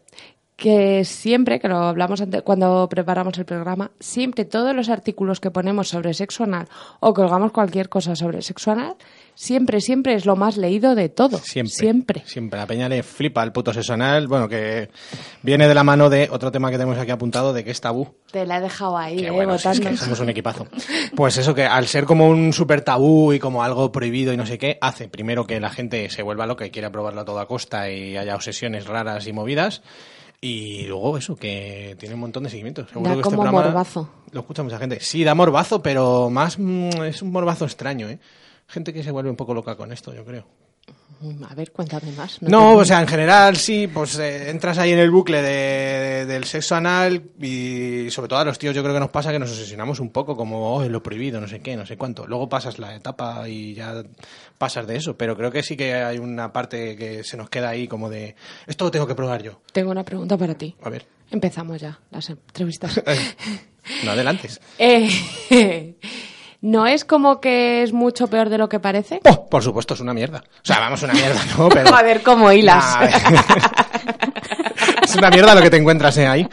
G: Que siempre, que lo hablamos ante- cuando preparamos el programa, siempre todos los artículos que ponemos sobre sexo anal o colgamos cualquier cosa sobre sexo anal, siempre, siempre es lo más leído de todo.
E: Siempre.
G: Siempre.
E: Siempre. La peña le flipa al puto sesonal. Bueno, que viene de la mano de otro tema que tenemos aquí apuntado, de que es tabú.
G: Te la he dejado ahí,
E: Que
G: ¿eh?
E: bueno, si es
G: votando.
E: que somos un equipazo. Pues eso, que al ser como un super tabú y como algo prohibido y no sé qué, hace primero que la gente se vuelva loca y quiera probarlo a toda costa y haya obsesiones raras y movidas. Y luego eso, que tiene un montón de seguimientos. Seguro
G: Da
E: que
G: como
E: este programa
G: morbazo.
E: Lo escucha mucha gente. Sí, da morbazo, pero más mm, es un morbazo extraño, ¿eh? Gente que se vuelve un poco loca con esto, yo creo.
G: Mm, A ver, cuéntame más.
E: No,
G: te-
E: o sea, en general sí, pues eh, entras ahí en el bucle de- del sexo anal y sobre todo a los tíos yo creo que nos pasa que nos obsesionamos un poco como oh, es lo prohibido, no sé qué, no sé cuánto. Luego pasas la etapa y ya pasas de eso, pero creo que sí que hay una parte que se nos queda ahí como de esto lo tengo que probar yo.
G: Tengo una pregunta para ti.
E: A ver,
G: Empezamos ya las entrevistas.
E: no adelantes.
G: Eh, ¿No es como que es mucho peor de lo que parece?
E: Oh, por supuesto, es una mierda. O sea, vamos, una mierda, ¿no? Pero...
G: A ver cómo hilas.
E: Nah, a ver. es una mierda lo que te encuentras eh, ahí.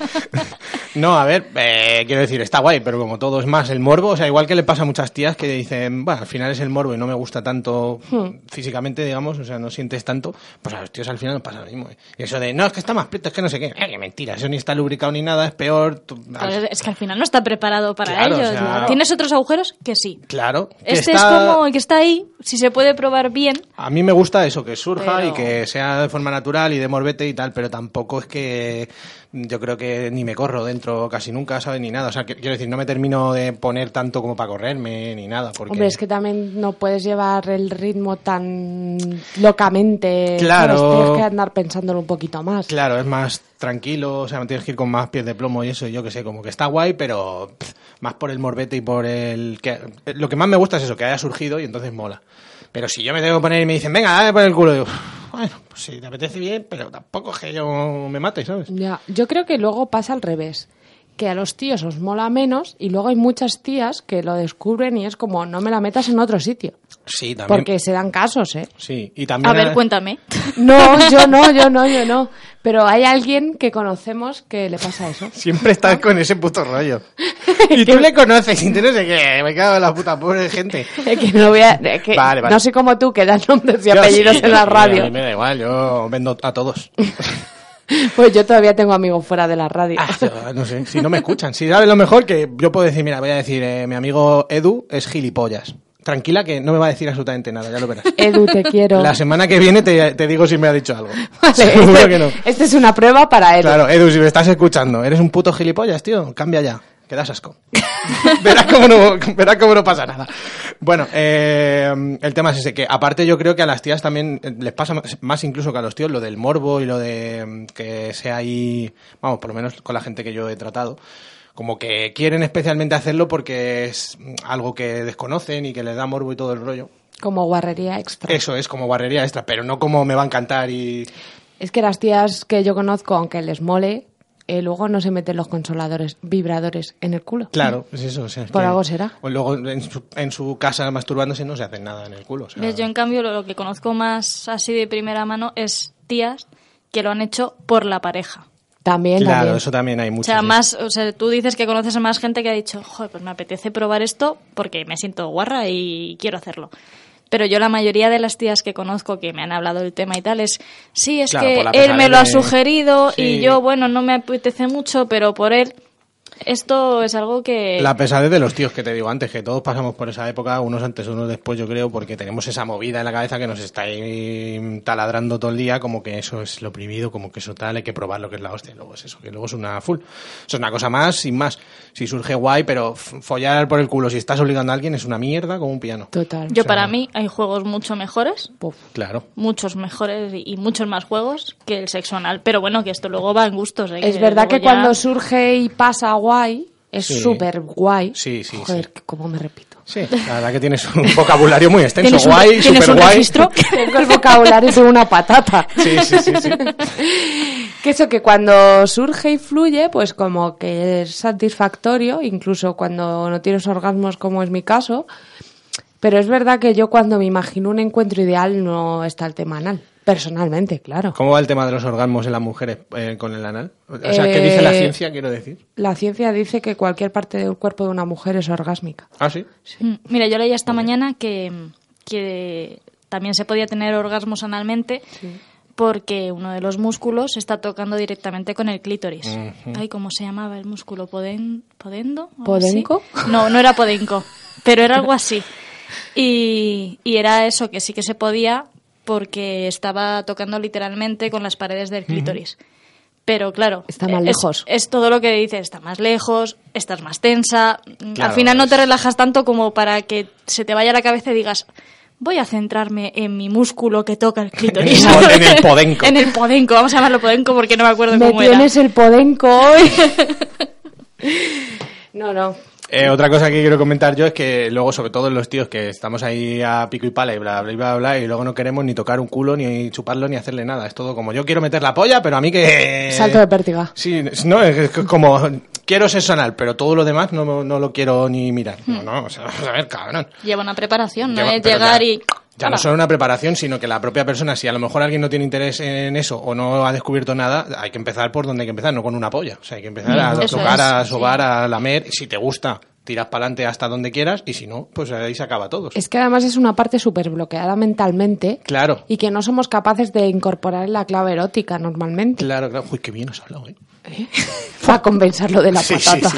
E: No, a ver, eh, quiero decir, está guay, pero como todo es más el morbo, o sea, igual que le pasa a muchas tías que dicen, bueno, al final es el morbo y no me gusta tanto
G: Hmm.
E: físicamente, digamos, o sea, no sientes tanto, pues a los tíos al final nos pasa lo mismo. eh. Y eso de, no, es que está más prieto, es que no sé qué, Eh, que mentira, eso ni está lubricado ni nada, es peor. tú-
F: Claro, es que al final no está preparado para
E: Claro, o
F: ello.
E: sea-
F: ¿Tienes otros agujeros? Que sí.
E: Claro. que
F: Este
E: está-
F: es como el que está ahí, si se puede probar bien.
E: A mí me gusta eso, que surja
F: Pero-
E: y que sea de forma natural y de morbete y tal, pero tampoco es que yo creo que ni me corro dentro casi nunca, ¿sabes? Ni nada. O sea, que- quiero decir, no me termino de poner tanto como para correrme ni nada. Porque...
G: Hombre, es que también no puedes llevar el ritmo tan locamente.
E: Claro.
G: ¿sabes? Tienes que andar pensándolo un poquito más.
E: Claro, es más tranquilo, o sea, tienes que ir con más pies de plomo y eso, y yo qué sé, como que está guay, pero pff, más por el morbete y por el... Que, lo que más me gusta es eso, que haya surgido y entonces mola. Pero si yo me tengo que poner y me dicen, venga, dale por el culo, digo, bueno, pues si te apetece bien, pero tampoco es que yo me mate, ¿sabes?
G: Ya, yo creo que luego pasa al revés. Que a los tíos os mola menos y luego hay muchas tías que lo descubren y es como, no me la metas en otro sitio.
E: Sí, también.
G: Porque se dan casos, ¿eh?
E: Sí, y también...
F: A ver, cuéntame.
G: No, yo no, yo no, yo no. Pero hay alguien que conocemos que le pasa eso.
E: Siempre estás con ese puto rollo. Y tú le conoces y tú no sé qué, me cago en la puta pobre gente.
G: Es Eh, que no voy a- es que
E: Vale, vale.
G: No soy como tú que das nombres y
E: Yo
G: apellidos
E: sí,
G: en la
E: a mí- A mí
G: radio.
E: me da igual, yo vendo a todos.
G: Pues yo todavía tengo amigos fuera de la radio.
E: Ah, yo no sé, si no me escuchan. Si sabes lo mejor que yo puedo decir, mira, voy a decir, eh, mi amigo Edu es gilipollas. Tranquila que no me va a decir absolutamente nada, ya lo verás.
G: Edu, te quiero.
E: La semana que viene te, te digo si me ha dicho algo.
G: Vale,
E: Seguro que no.
G: Esta es una prueba para Edu.
E: Claro, Edu, si me estás escuchando, eres un puto gilipollas, tío. Cambia ya, que das asco. verás, cómo no, verás cómo no pasa nada. Bueno, eh, el tema es ese, que aparte yo creo que a las tías también eh, les pasa más- más incluso que a los tíos lo del morbo y lo de mm, que sea ahí, vamos, por lo menos con la gente que yo he tratado. Como que quieren especialmente hacerlo porque es mm, algo que desconocen y que les da morbo y todo el rollo.
G: Como guarrería extra.
E: Eso es como barrería extra, pero no como me va a encantar y...
G: Es que las tías que yo conozco, aunque les mole, eh, luego no se meten los consoladores, vibradores en el culo.
E: Claro, es eso. o sea, es
G: Por
E: que-
G: algo será.
E: O luego en su, en su casa masturbándose no se hacen nada en el culo. o sea,
F: ¿Ves? Yo, en cambio, lo, lo que conozco más así de primera mano es tías que lo han hecho por la pareja.
G: También,
E: claro,
G: también.
E: eso también hay
F: O
E: mucho.
F: sea, más, o sea, tú dices que conoces a más gente que ha dicho, joder, pues me apetece probar esto porque me siento guarra y quiero hacerlo. Pero yo la mayoría de las tías que conozco que me han hablado del tema y tal es, sí, es
E: Claro, por la
F: que él me lo ha
E: pesadez de-
F: sugerido
E: Sí.
F: y yo, bueno, no me apetece mucho, pero por él esto es algo que...
E: La pesadez de los tíos que te digo antes, que todos pasamos por esa época, unos antes, unos después, yo creo, porque tenemos esa movida en la cabeza que nos está ahí taladrando todo el día, como que eso es lo prohibido, como que eso tal, hay que probar lo que es la hostia, y luego es eso, que luego es una full. Eso es una cosa más, sin más. Si surge guay, pero f- follar por el culo, si estás obligando a alguien, es una mierda como un piano.
G: Total.
F: Yo para mí hay juegos mucho mejores
G: Puf.
E: Claro.
F: muchos mejores y y muchos más juegos que el sexo anal. Pero bueno, que esto luego va en gustos. ¿eh?
G: Es verdad
F: luego
G: que
F: ya-
G: cuando surge y pasa guay, es
E: Sí.
G: súper guay.
E: Sí, sí,
G: Joder,
E: sí.
G: que cómo me repito.
E: Sí, la verdad que tienes un vocabulario muy extenso,
F: ¿Tienes un-
E: guay,
F: tienes
E: super
F: un
E: guay.
F: registro?
G: Tengo el vocabulario de una patata.
E: Sí, sí, sí, sí.
G: Que eso que cuando surge y fluye, pues como que es satisfactorio, incluso cuando no tienes orgasmos como es mi caso. Pero es verdad que yo cuando me imagino un encuentro ideal no está el tema anal. Personalmente, claro.
E: ¿Cómo va el tema de los orgasmos en las mujeres eh, con el anal? O sea, ¿qué
G: Eh,
E: dice la ciencia, quiero decir?
G: La ciencia dice que cualquier parte del cuerpo de una mujer es orgásmica.
E: Ah, sí.
F: Mm, Mira, yo leía esta mañana que, que también se podía tener orgasmos analmente porque uno de los músculos se está tocando directamente con el clítoris. Ay, ¿cómo se llamaba el músculo? ¿Poden, ¿Podendo? ¿Algo así?
G: ¿Podenco?
F: No, no era podenco, pero era algo así. Y, y era eso, que sí que se podía porque estaba tocando literalmente con las paredes del clítoris. Pero claro, eh,
G: Está más
F: es-
G: lejos.
F: es todo lo que dices, está más lejos, estás más tensa,
E: Claro,
F: al final no te
E: es-
F: relajas tanto como para que se te vaya la cabeza y digas, voy a centrarme en mi músculo que toca el clítoris.
E: En el pod- en el podenco.
F: en el podenco, vamos a llamarlo podenco porque no me acuerdo
G: Me
F: cómo era.
G: tienes el podenco hoy. no, no.
E: Eh, otra cosa que quiero comentar yo es que luego, sobre todo en los tíos que estamos ahí a pico y pala y bla, bla, bla, bla, y luego no queremos ni tocar un culo, ni chuparlo, ni hacerle nada. Es todo como, yo quiero meter la polla, pero a mí
F: Eh.
E: que...
G: Salto de pértiga.
E: Sí, no, es que como, quiero ser sonal, pero todo lo demás no, no lo quiero ni mirar. No, no, o sea, vamos a ver, cabrón.
F: Lleva una preparación, no
E: Lleva-
F: es
E: pero
F: llegar
E: ya-
F: y...
E: Ya no
F: ¡Hala!
E: solo una preparación, sino que la propia persona, si a lo mejor alguien no tiene interés en eso o no ha descubierto nada, hay que empezar por donde hay que empezar, no con una polla. O sea, hay que empezar a
F: Eso
E: tocar,
F: es,
E: a
F: sí.
E: sobar, a lamer. Si te gusta, tiras para adelante hasta donde quieras y si no, pues ahí se acaba todo.
G: Es que además es una parte súper bloqueada mentalmente.
E: Claro.
G: Y que no somos capaces de incorporar en la clave erótica normalmente.
E: Claro, claro. Uy, qué bien has hablado, ¿eh?
G: Para compensar lo de la patata.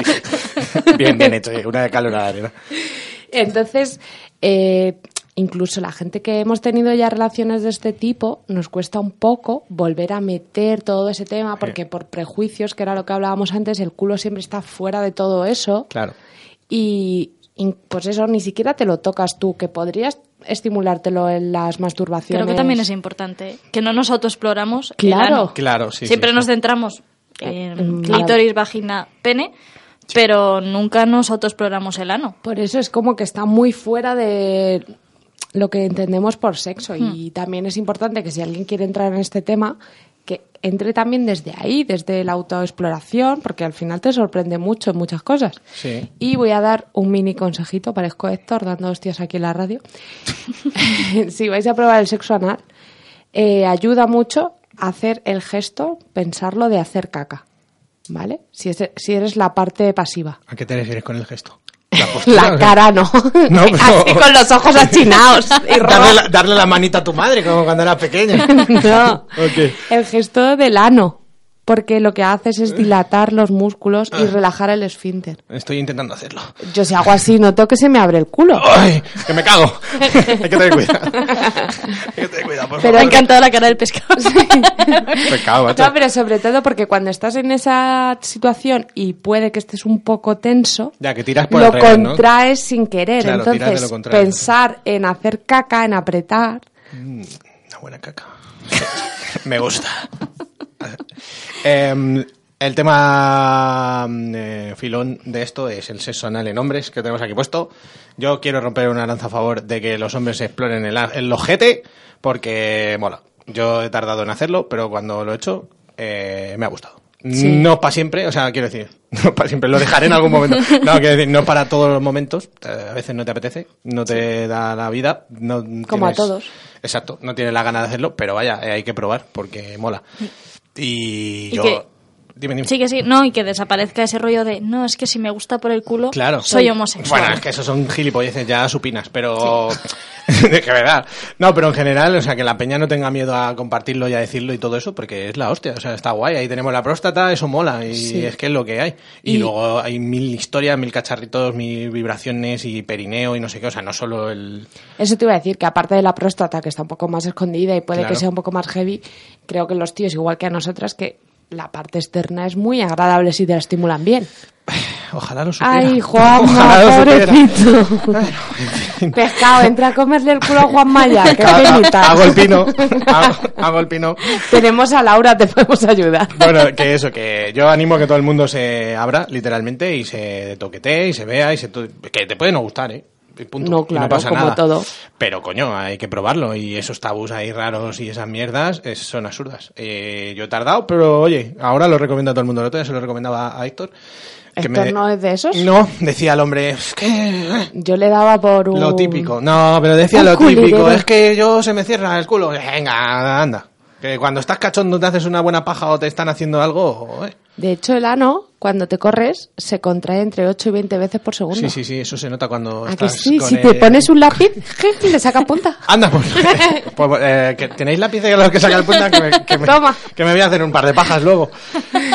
E: bien, bien hecho. eh. Una de calor a la arena.
G: Entonces, eh, incluso la gente que hemos tenido ya relaciones de este tipo, nos cuesta un poco volver a meter todo ese tema, porque por prejuicios, que era lo que hablábamos antes, el culo siempre está fuera de todo eso.
E: Claro.
G: Y in- pues eso, ni siquiera te lo tocas tú, que podrías estimulártelo en las masturbaciones.
F: Creo que también es importante que no nos autoexploramos. el
G: Claro.
F: ano.
E: Claro, sí.
F: Siempre
E: sí,
F: nos
E: sí.
F: centramos en
G: Mm,
F: clítoris, vagina, pene, pero nunca nos autoexploramos el ano.
G: Por eso es como que está muy fuera de lo que entendemos por sexo y también es importante que si alguien quiere entrar en este tema que entre también desde ahí, desde la autoexploración, porque al final te sorprende mucho en muchas cosas.
E: Sí.
G: Y voy a dar un mini consejito, parezco Héctor dando hostias aquí en la radio. si vais a probar el sexo anal, eh, ayuda mucho hacer el gesto, pensarlo de hacer caca, ¿vale? Si, es- si eres la parte pasiva.
E: ¿A qué te refieres con el gesto?
G: La cara no.
E: No, pero-
G: Así con los ojos achinados. y
E: Darle la, darle la manita a tu madre como cuando eras pequeña.
G: No.
E: Ok.
G: El gesto del ano. Porque lo que haces es dilatar los músculos
E: Ah.
G: y relajar el esfínter.
E: Estoy intentando hacerlo.
G: Yo si hago así, noto que se me abre el culo.
E: ¡Ay! ¡Que me cago! Hay que tener cuidado. Hay que tener cuidado, por favor.
G: Pero
F: Me ha encantado la cara del pescado.
E: Me cago, macho.
G: No, pero sobre todo porque cuando estás en esa situación y puede que estés un poco tenso,
E: Ya, que tiras por
G: lo
E: el reloj, ¿no?
G: contraes sin querer.
E: Claro, tiras de lo
G: Entonces,
E: contrario.
G: pensar en hacer caca, en apretar,
E: Una buena caca. Me gusta. Em, el tema eh, filón de esto es el sexo anal en hombres que tenemos aquí puesto. Yo quiero romper una lanza a favor de que los hombres exploren el, a- el ojete porque mola. Yo he tardado en hacerlo, pero cuando lo he hecho eh, me ha gustado. No para siempre, o sea, quiero decir, no para siempre, lo dejaré en algún momento. No, quiero decir, no para todos los momentos. eh, A veces no te apetece, no te da la vida. No
G: Como a
E: tienes-
G: todos.
E: Exacto, no tiene la gana de hacerlo, pero vaya, eh, hay que probar porque mola. Y,
F: Y
E: yo.
F: que-
E: Dime, dime.
F: Sí, que sí, no, y que desaparezca ese rollo de, no, es que si me gusta por el culo,
E: Claro.
F: soy homosexual.
E: Bueno, es que esos son gilipolleces ya supinas, pero. de que verdad. No, pero en general, o sea, que la peña no tenga miedo a compartirlo y a decirlo y todo eso, porque es la hostia, o sea, está guay. Ahí tenemos la próstata, eso mola, y es que es lo que hay. Y,
G: Y-
E: luego hay mil historias, mil cacharritos, mil vibraciones y perineo y no sé qué, o sea, no solo el.
G: Eso te iba a decir, que aparte de la próstata, que está un poco más escondida y puede
E: Claro.
G: que sea un poco más heavy, creo que los tíos, igual que a nosotras, que la parte externa es muy agradable si te la estimulan bien.
E: Ojalá lo supiera.
G: Ay, Juanma,
E: Ojalá lo supiera.
G: pobrecito.
E: Ay, no, en fin.
G: Pescado, entra a comerle el culo a Juan Maya, qué penita.
E: Hago el pino. Hago, hago el pino.
G: Tenemos a Laura, te podemos ayudar.
E: Bueno, que eso, que yo animo a que todo el mundo se abra, literalmente, y se toquetee, y se vea, y se... to- Que te puede no gustar, ¿eh? Y punto.
G: No,
E: Y
G: claro,
E: pasa
G: como
E: nada.
G: todo.
E: Pero, coño, hay que probarlo. Y esos tabús ahí raros y esas mierdas es- son absurdas. Eh, yo he tardado, pero, oye, ahora lo recomiendo a todo el mundo. El otro día se lo recomendaba a Héctor.
G: ¿Héctor no es de esos?
E: No, decía el hombre, es que... eh,
G: Yo le daba por un...
E: lo típico. No, pero decía
G: Un
E: lo típico.
G: culirero.
E: Es que yo se me cierra el culo. Venga, anda. Que cuando estás cachondo te haces una buena paja o te están haciendo algo. eh. joder.
G: De hecho, el ano, cuando te corres, se contrae entre 8 y 20 veces por segundo.
E: Sí, sí, sí, eso se nota cuando
G: ¿A que
E: estás
G: sí?
E: con
G: Si
E: el-
G: te pones un lápiz, je, le saca punta.
E: Anda, pues, pues, eh, que tenéis lápices a los que saca el punta que me, que, me,
G: Toma.
E: que me voy a hacer un par de pajas luego.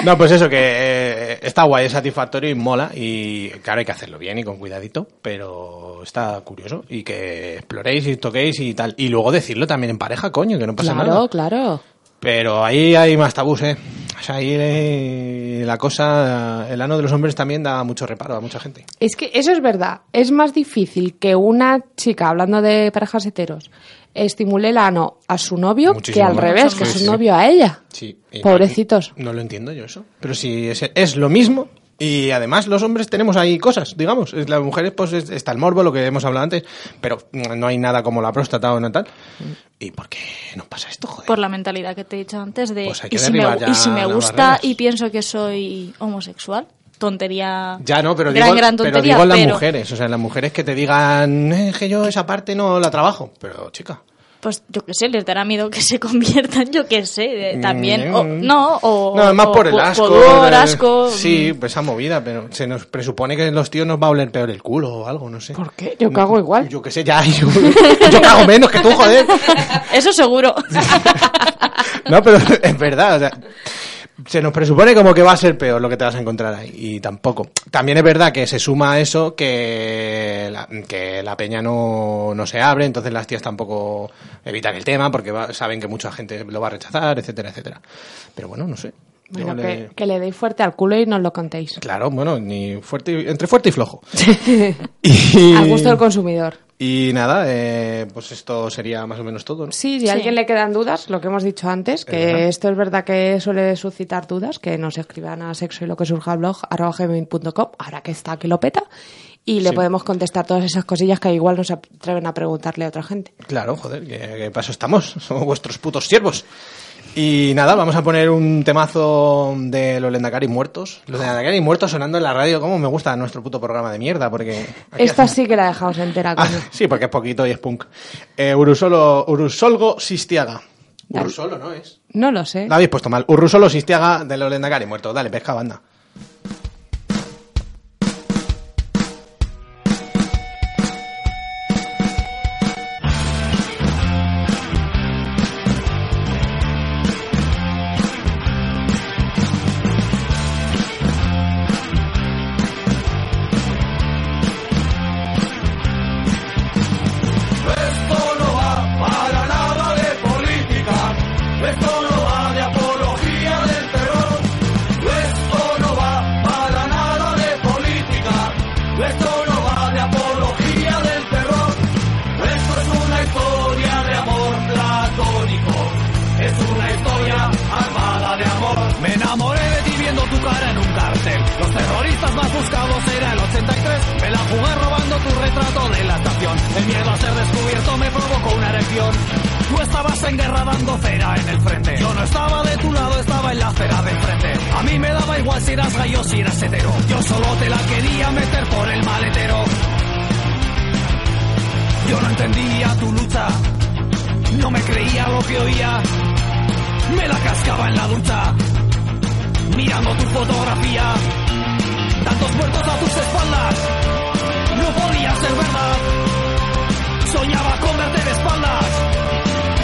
E: No, pues eso, que eh, está guay, es satisfactorio y mola. Y claro, hay que hacerlo bien y con cuidadito, pero está curioso. Y que exploréis y toquéis y tal. Y luego decirlo también en pareja, coño, que no pasa nada.
G: Claro, claro.
E: Pero ahí hay más tabús, ¿eh? O sea, ahí eh, la cosa, el ano de los hombres también da mucho reparo a mucha gente.
G: Es que eso es verdad. Es más difícil que una chica, hablando de parejas heteros, estimule el ano a su novio
E: Muchísimo
G: que al
E: más.
G: revés,
E: Sí,
G: que
E: sí.
G: su novio a ella.
E: Sí.
G: Pobrecitos.
E: No, lo entiendo yo eso. Pero sí, es, es lo mismo. Y además los hombres tenemos ahí cosas, digamos. Es- Las mujeres, pues es- está el morbo, lo que hemos hablado antes. Pero mm, no hay nada como la próstata o no tal. ¿Y por qué nos pasa esto, joder?
F: Por la mentalidad que te he dicho antes de,
E: Pues hay que
F: y, si me,
E: derribar ya
F: y si me
E: las
F: gusta
E: barreras.
F: y pienso que soy homosexual, tontería.
E: Ya no, pero
F: gran,
E: digo,
F: gran
E: pero
F: tontería,
E: digo en las mujeres. O sea, en las mujeres que te digan, "Eh, que yo esa parte no la trabajo. Pero, chica...
F: Pues yo qué sé, les dará miedo que se conviertan, yo qué sé, eh, también. o-
E: Mm.
F: no, o.
E: No, más
F: o
E: por el
F: pu-
E: asco.
F: pudor,
E: eh,
F: asco.
E: Sí, pues esa movida, pero se nos presupone que los tíos nos va a oler peor el culo o algo, no sé.
G: ¿Por qué? Yo cago igual.
E: Yo qué sé, ya. Yo, yo cago menos que tú, joder.
F: Mm. Eso seguro.
E: No, pero es verdad, o sea, se nos presupone como que va a ser peor lo que te vas a encontrar ahí, y tampoco. También es verdad que se suma a eso que la, que la peña no, no se abre, entonces las tías tampoco evitan el tema porque va- saben que mucha gente lo va a rechazar, etcétera, etcétera. Pero bueno, no sé. Yo
G: Bueno,
E: le-
G: que, que le deis fuerte al culo y nos lo contéis.
E: Claro, bueno, ni fuerte, y- entre fuerte y flojo. Y-
G: Al gusto del consumidor.
E: Y nada, eh, pues esto sería más o menos todo, ¿no?
G: Sí, si a
F: Sí.
G: alguien le quedan dudas, lo que hemos dicho antes, que
E: Ajá.
G: esto es verdad que suele suscitar dudas, que nos escriban a sexo y lo que surja blog arroba gmail.com, ahora que está que lo peta, y le
E: Sí.
G: podemos contestar todas esas cosillas que igual no se atreven a preguntarle a otra gente.
E: Claro, joder, que, que para eso estamos. Somos vuestros putos siervos. Y nada, vamos a poner un temazo de los Lendakaris muertos. Los Lendakaris muertos sonando en la radio. Cómo me gusta nuestro puto programa de mierda, porque... aquí
G: Esta
E: hace-
G: sí que la dejamos entera.
E: Ah,
G: coño.
E: sí, porque es poquito y es punk. Eh, Urusolo, Urusolgo Sistiaga.
G: Dale.
E: Urusolo, ¿no es?
G: No lo sé.
E: La habéis puesto mal. Urusolo Sistiaga de los Lendakaris muertos. Dale, pesca banda.
H: Esto no va para nada de política, esto no va de apología del terror, esto no va para nada de política, esto no va de apología del terror, esto es una historia de amor platónico, es una historia armada de amor. Me enamoré de ti viendo tu cara en un cartel, los terroristas más buscados era el 83, me la jugué robando tu retrato de la estación, el miedo a ser descubierto me provocó una erección. Tú estabas en guerra dando cera en el frente. Yo no estaba de tu lado, estaba en la acera del frente. A mí me daba igual si eras gay o si eras hetero. Yo solo te la quería meter por el maletero. Yo no entendía tu lucha, no me creía lo que oía. Me la cascaba en la ducha, mirando tu fotografía. Tantos muertos a tus espaldas, no podía ser verdad. Soñaba con verte de espaldas,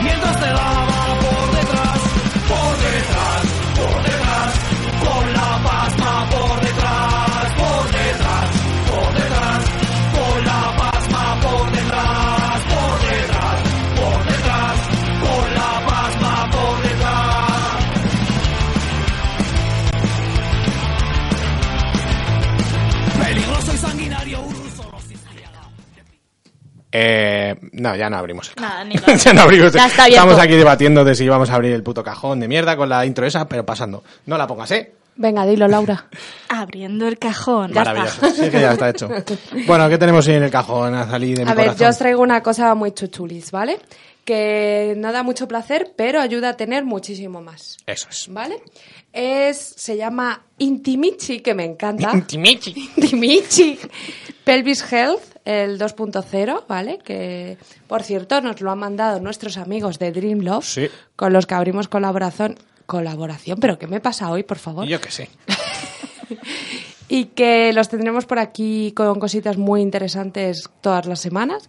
H: mientras te daba por detrás, por detrás, por detrás, con la pasma por detrás, por detrás, por detrás, con la pasma por detrás, por detrás, por detrás, con la pasma por detrás. Peligroso y sanguinario, un solo
E: Eh, no, ya no abrimos el
F: Nada, ni lo-
E: ya no abrimos.
F: Ya está abierto.
E: Estamos aquí debatiendo de si vamos a abrir el puto cajón de mierda con la intro esa, pero pasando. No la pongas, ¿eh?
G: Venga, dilo, Laura.
F: Abriendo el cajón.
E: Maravilloso. Sí, que ya está hecho. Bueno, ¿qué tenemos en el cajón, Azalí, de mi
G: A ver,
E: corazón?
G: yo os traigo una cosa muy chuchulis, ¿vale? Que no da mucho placer, pero ayuda a tener muchísimo más.
E: Eso es.
G: ¿Vale? Es, se llama Intimichi, que me encanta.
E: Intimichi.
G: Intimichi. Pelvis Health, el 2.0, ¿vale? Que, por cierto, nos lo han mandado nuestros amigos de Dream Love,
E: Sí.
G: con los que abrimos colaboración. Colaboración, pero ¿qué me pasa hoy, por favor?
E: Yo qué sé.
G: Y que los tendremos por aquí con cositas muy interesantes todas las semanas.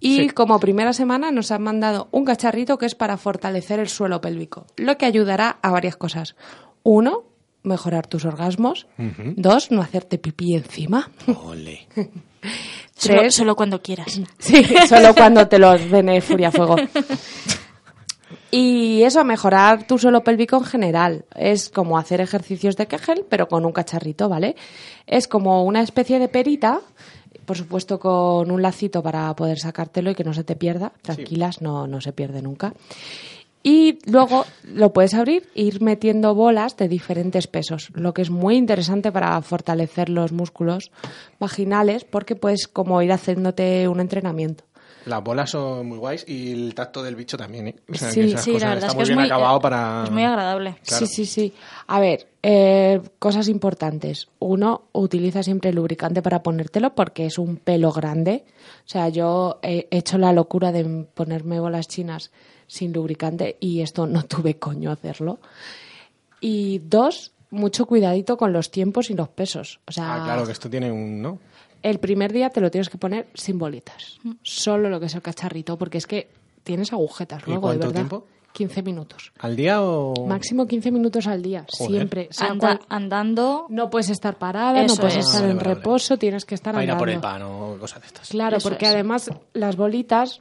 G: Y
E: Sí.
G: como primera semana nos han mandado un cacharrito que es para fortalecer el suelo pélvico, lo que ayudará a varias cosas. Uno, mejorar tus orgasmos. Dos, no hacerte pipí encima.
E: Ole.
F: Solo,
G: Tres.
F: solo cuando quieras.
G: Sí, solo cuando te lo ordene Furia Fuego. Y eso, mejorar tu suelo pélvico en general. Es como hacer ejercicios de Kegel, pero con un cacharrito, ¿vale? Es como una especie de perita, por supuesto con un lacito para poder sacártelo y que no se te pierda. Tranquilas, no, no se pierde nunca. Y luego lo puedes abrir e ir metiendo bolas de diferentes pesos, lo que es muy interesante para fortalecer los músculos vaginales porque puedes como ir haciéndote un entrenamiento.
E: Las bolas son muy guays y el tacto del bicho también, ¿eh? O sea,
G: Sí,
E: que esas
F: sí, la
E: cosas
F: verdad
E: está
F: es que
E: muy
F: es
E: bien
F: muy- eh,
E: acabado para...
F: es muy agradable.
E: Claro.
G: Sí, sí, sí. A ver, eh, cosas importantes. Uno, utiliza siempre lubricante para ponértelo porque es un pelo grande. O sea, yo he hecho la locura de ponerme bolas chinas sin lubricante y esto no tuve coño hacerlo. Y dos, mucho cuidadito con los tiempos y los pesos. O sea,
E: Ah, claro, que esto tiene un... ¿no?
G: el primer día te lo tienes que poner sin bolitas. Solo lo que es el cacharrito porque es que tienes agujetas
E: ¿Y
G: luego, de
E: cuánto
G: verdad.
E: tiempo?
G: 15 minutos.
E: ¿Al día o...?
G: Máximo 15 minutos al día,
E: Joder.
G: siempre. O sea,
F: Anda-
G: cual-
F: andando.
G: no puedes estar parada,
F: Eso
G: no puedes
F: es.
G: estar
E: Vale,
G: en
E: vale, vale.
G: reposo, tienes que estar
E: Para ir a
G: andando.
E: por el pan o cosas de estas.
G: Claro,
F: Eso
G: porque
F: es.
G: además las bolitas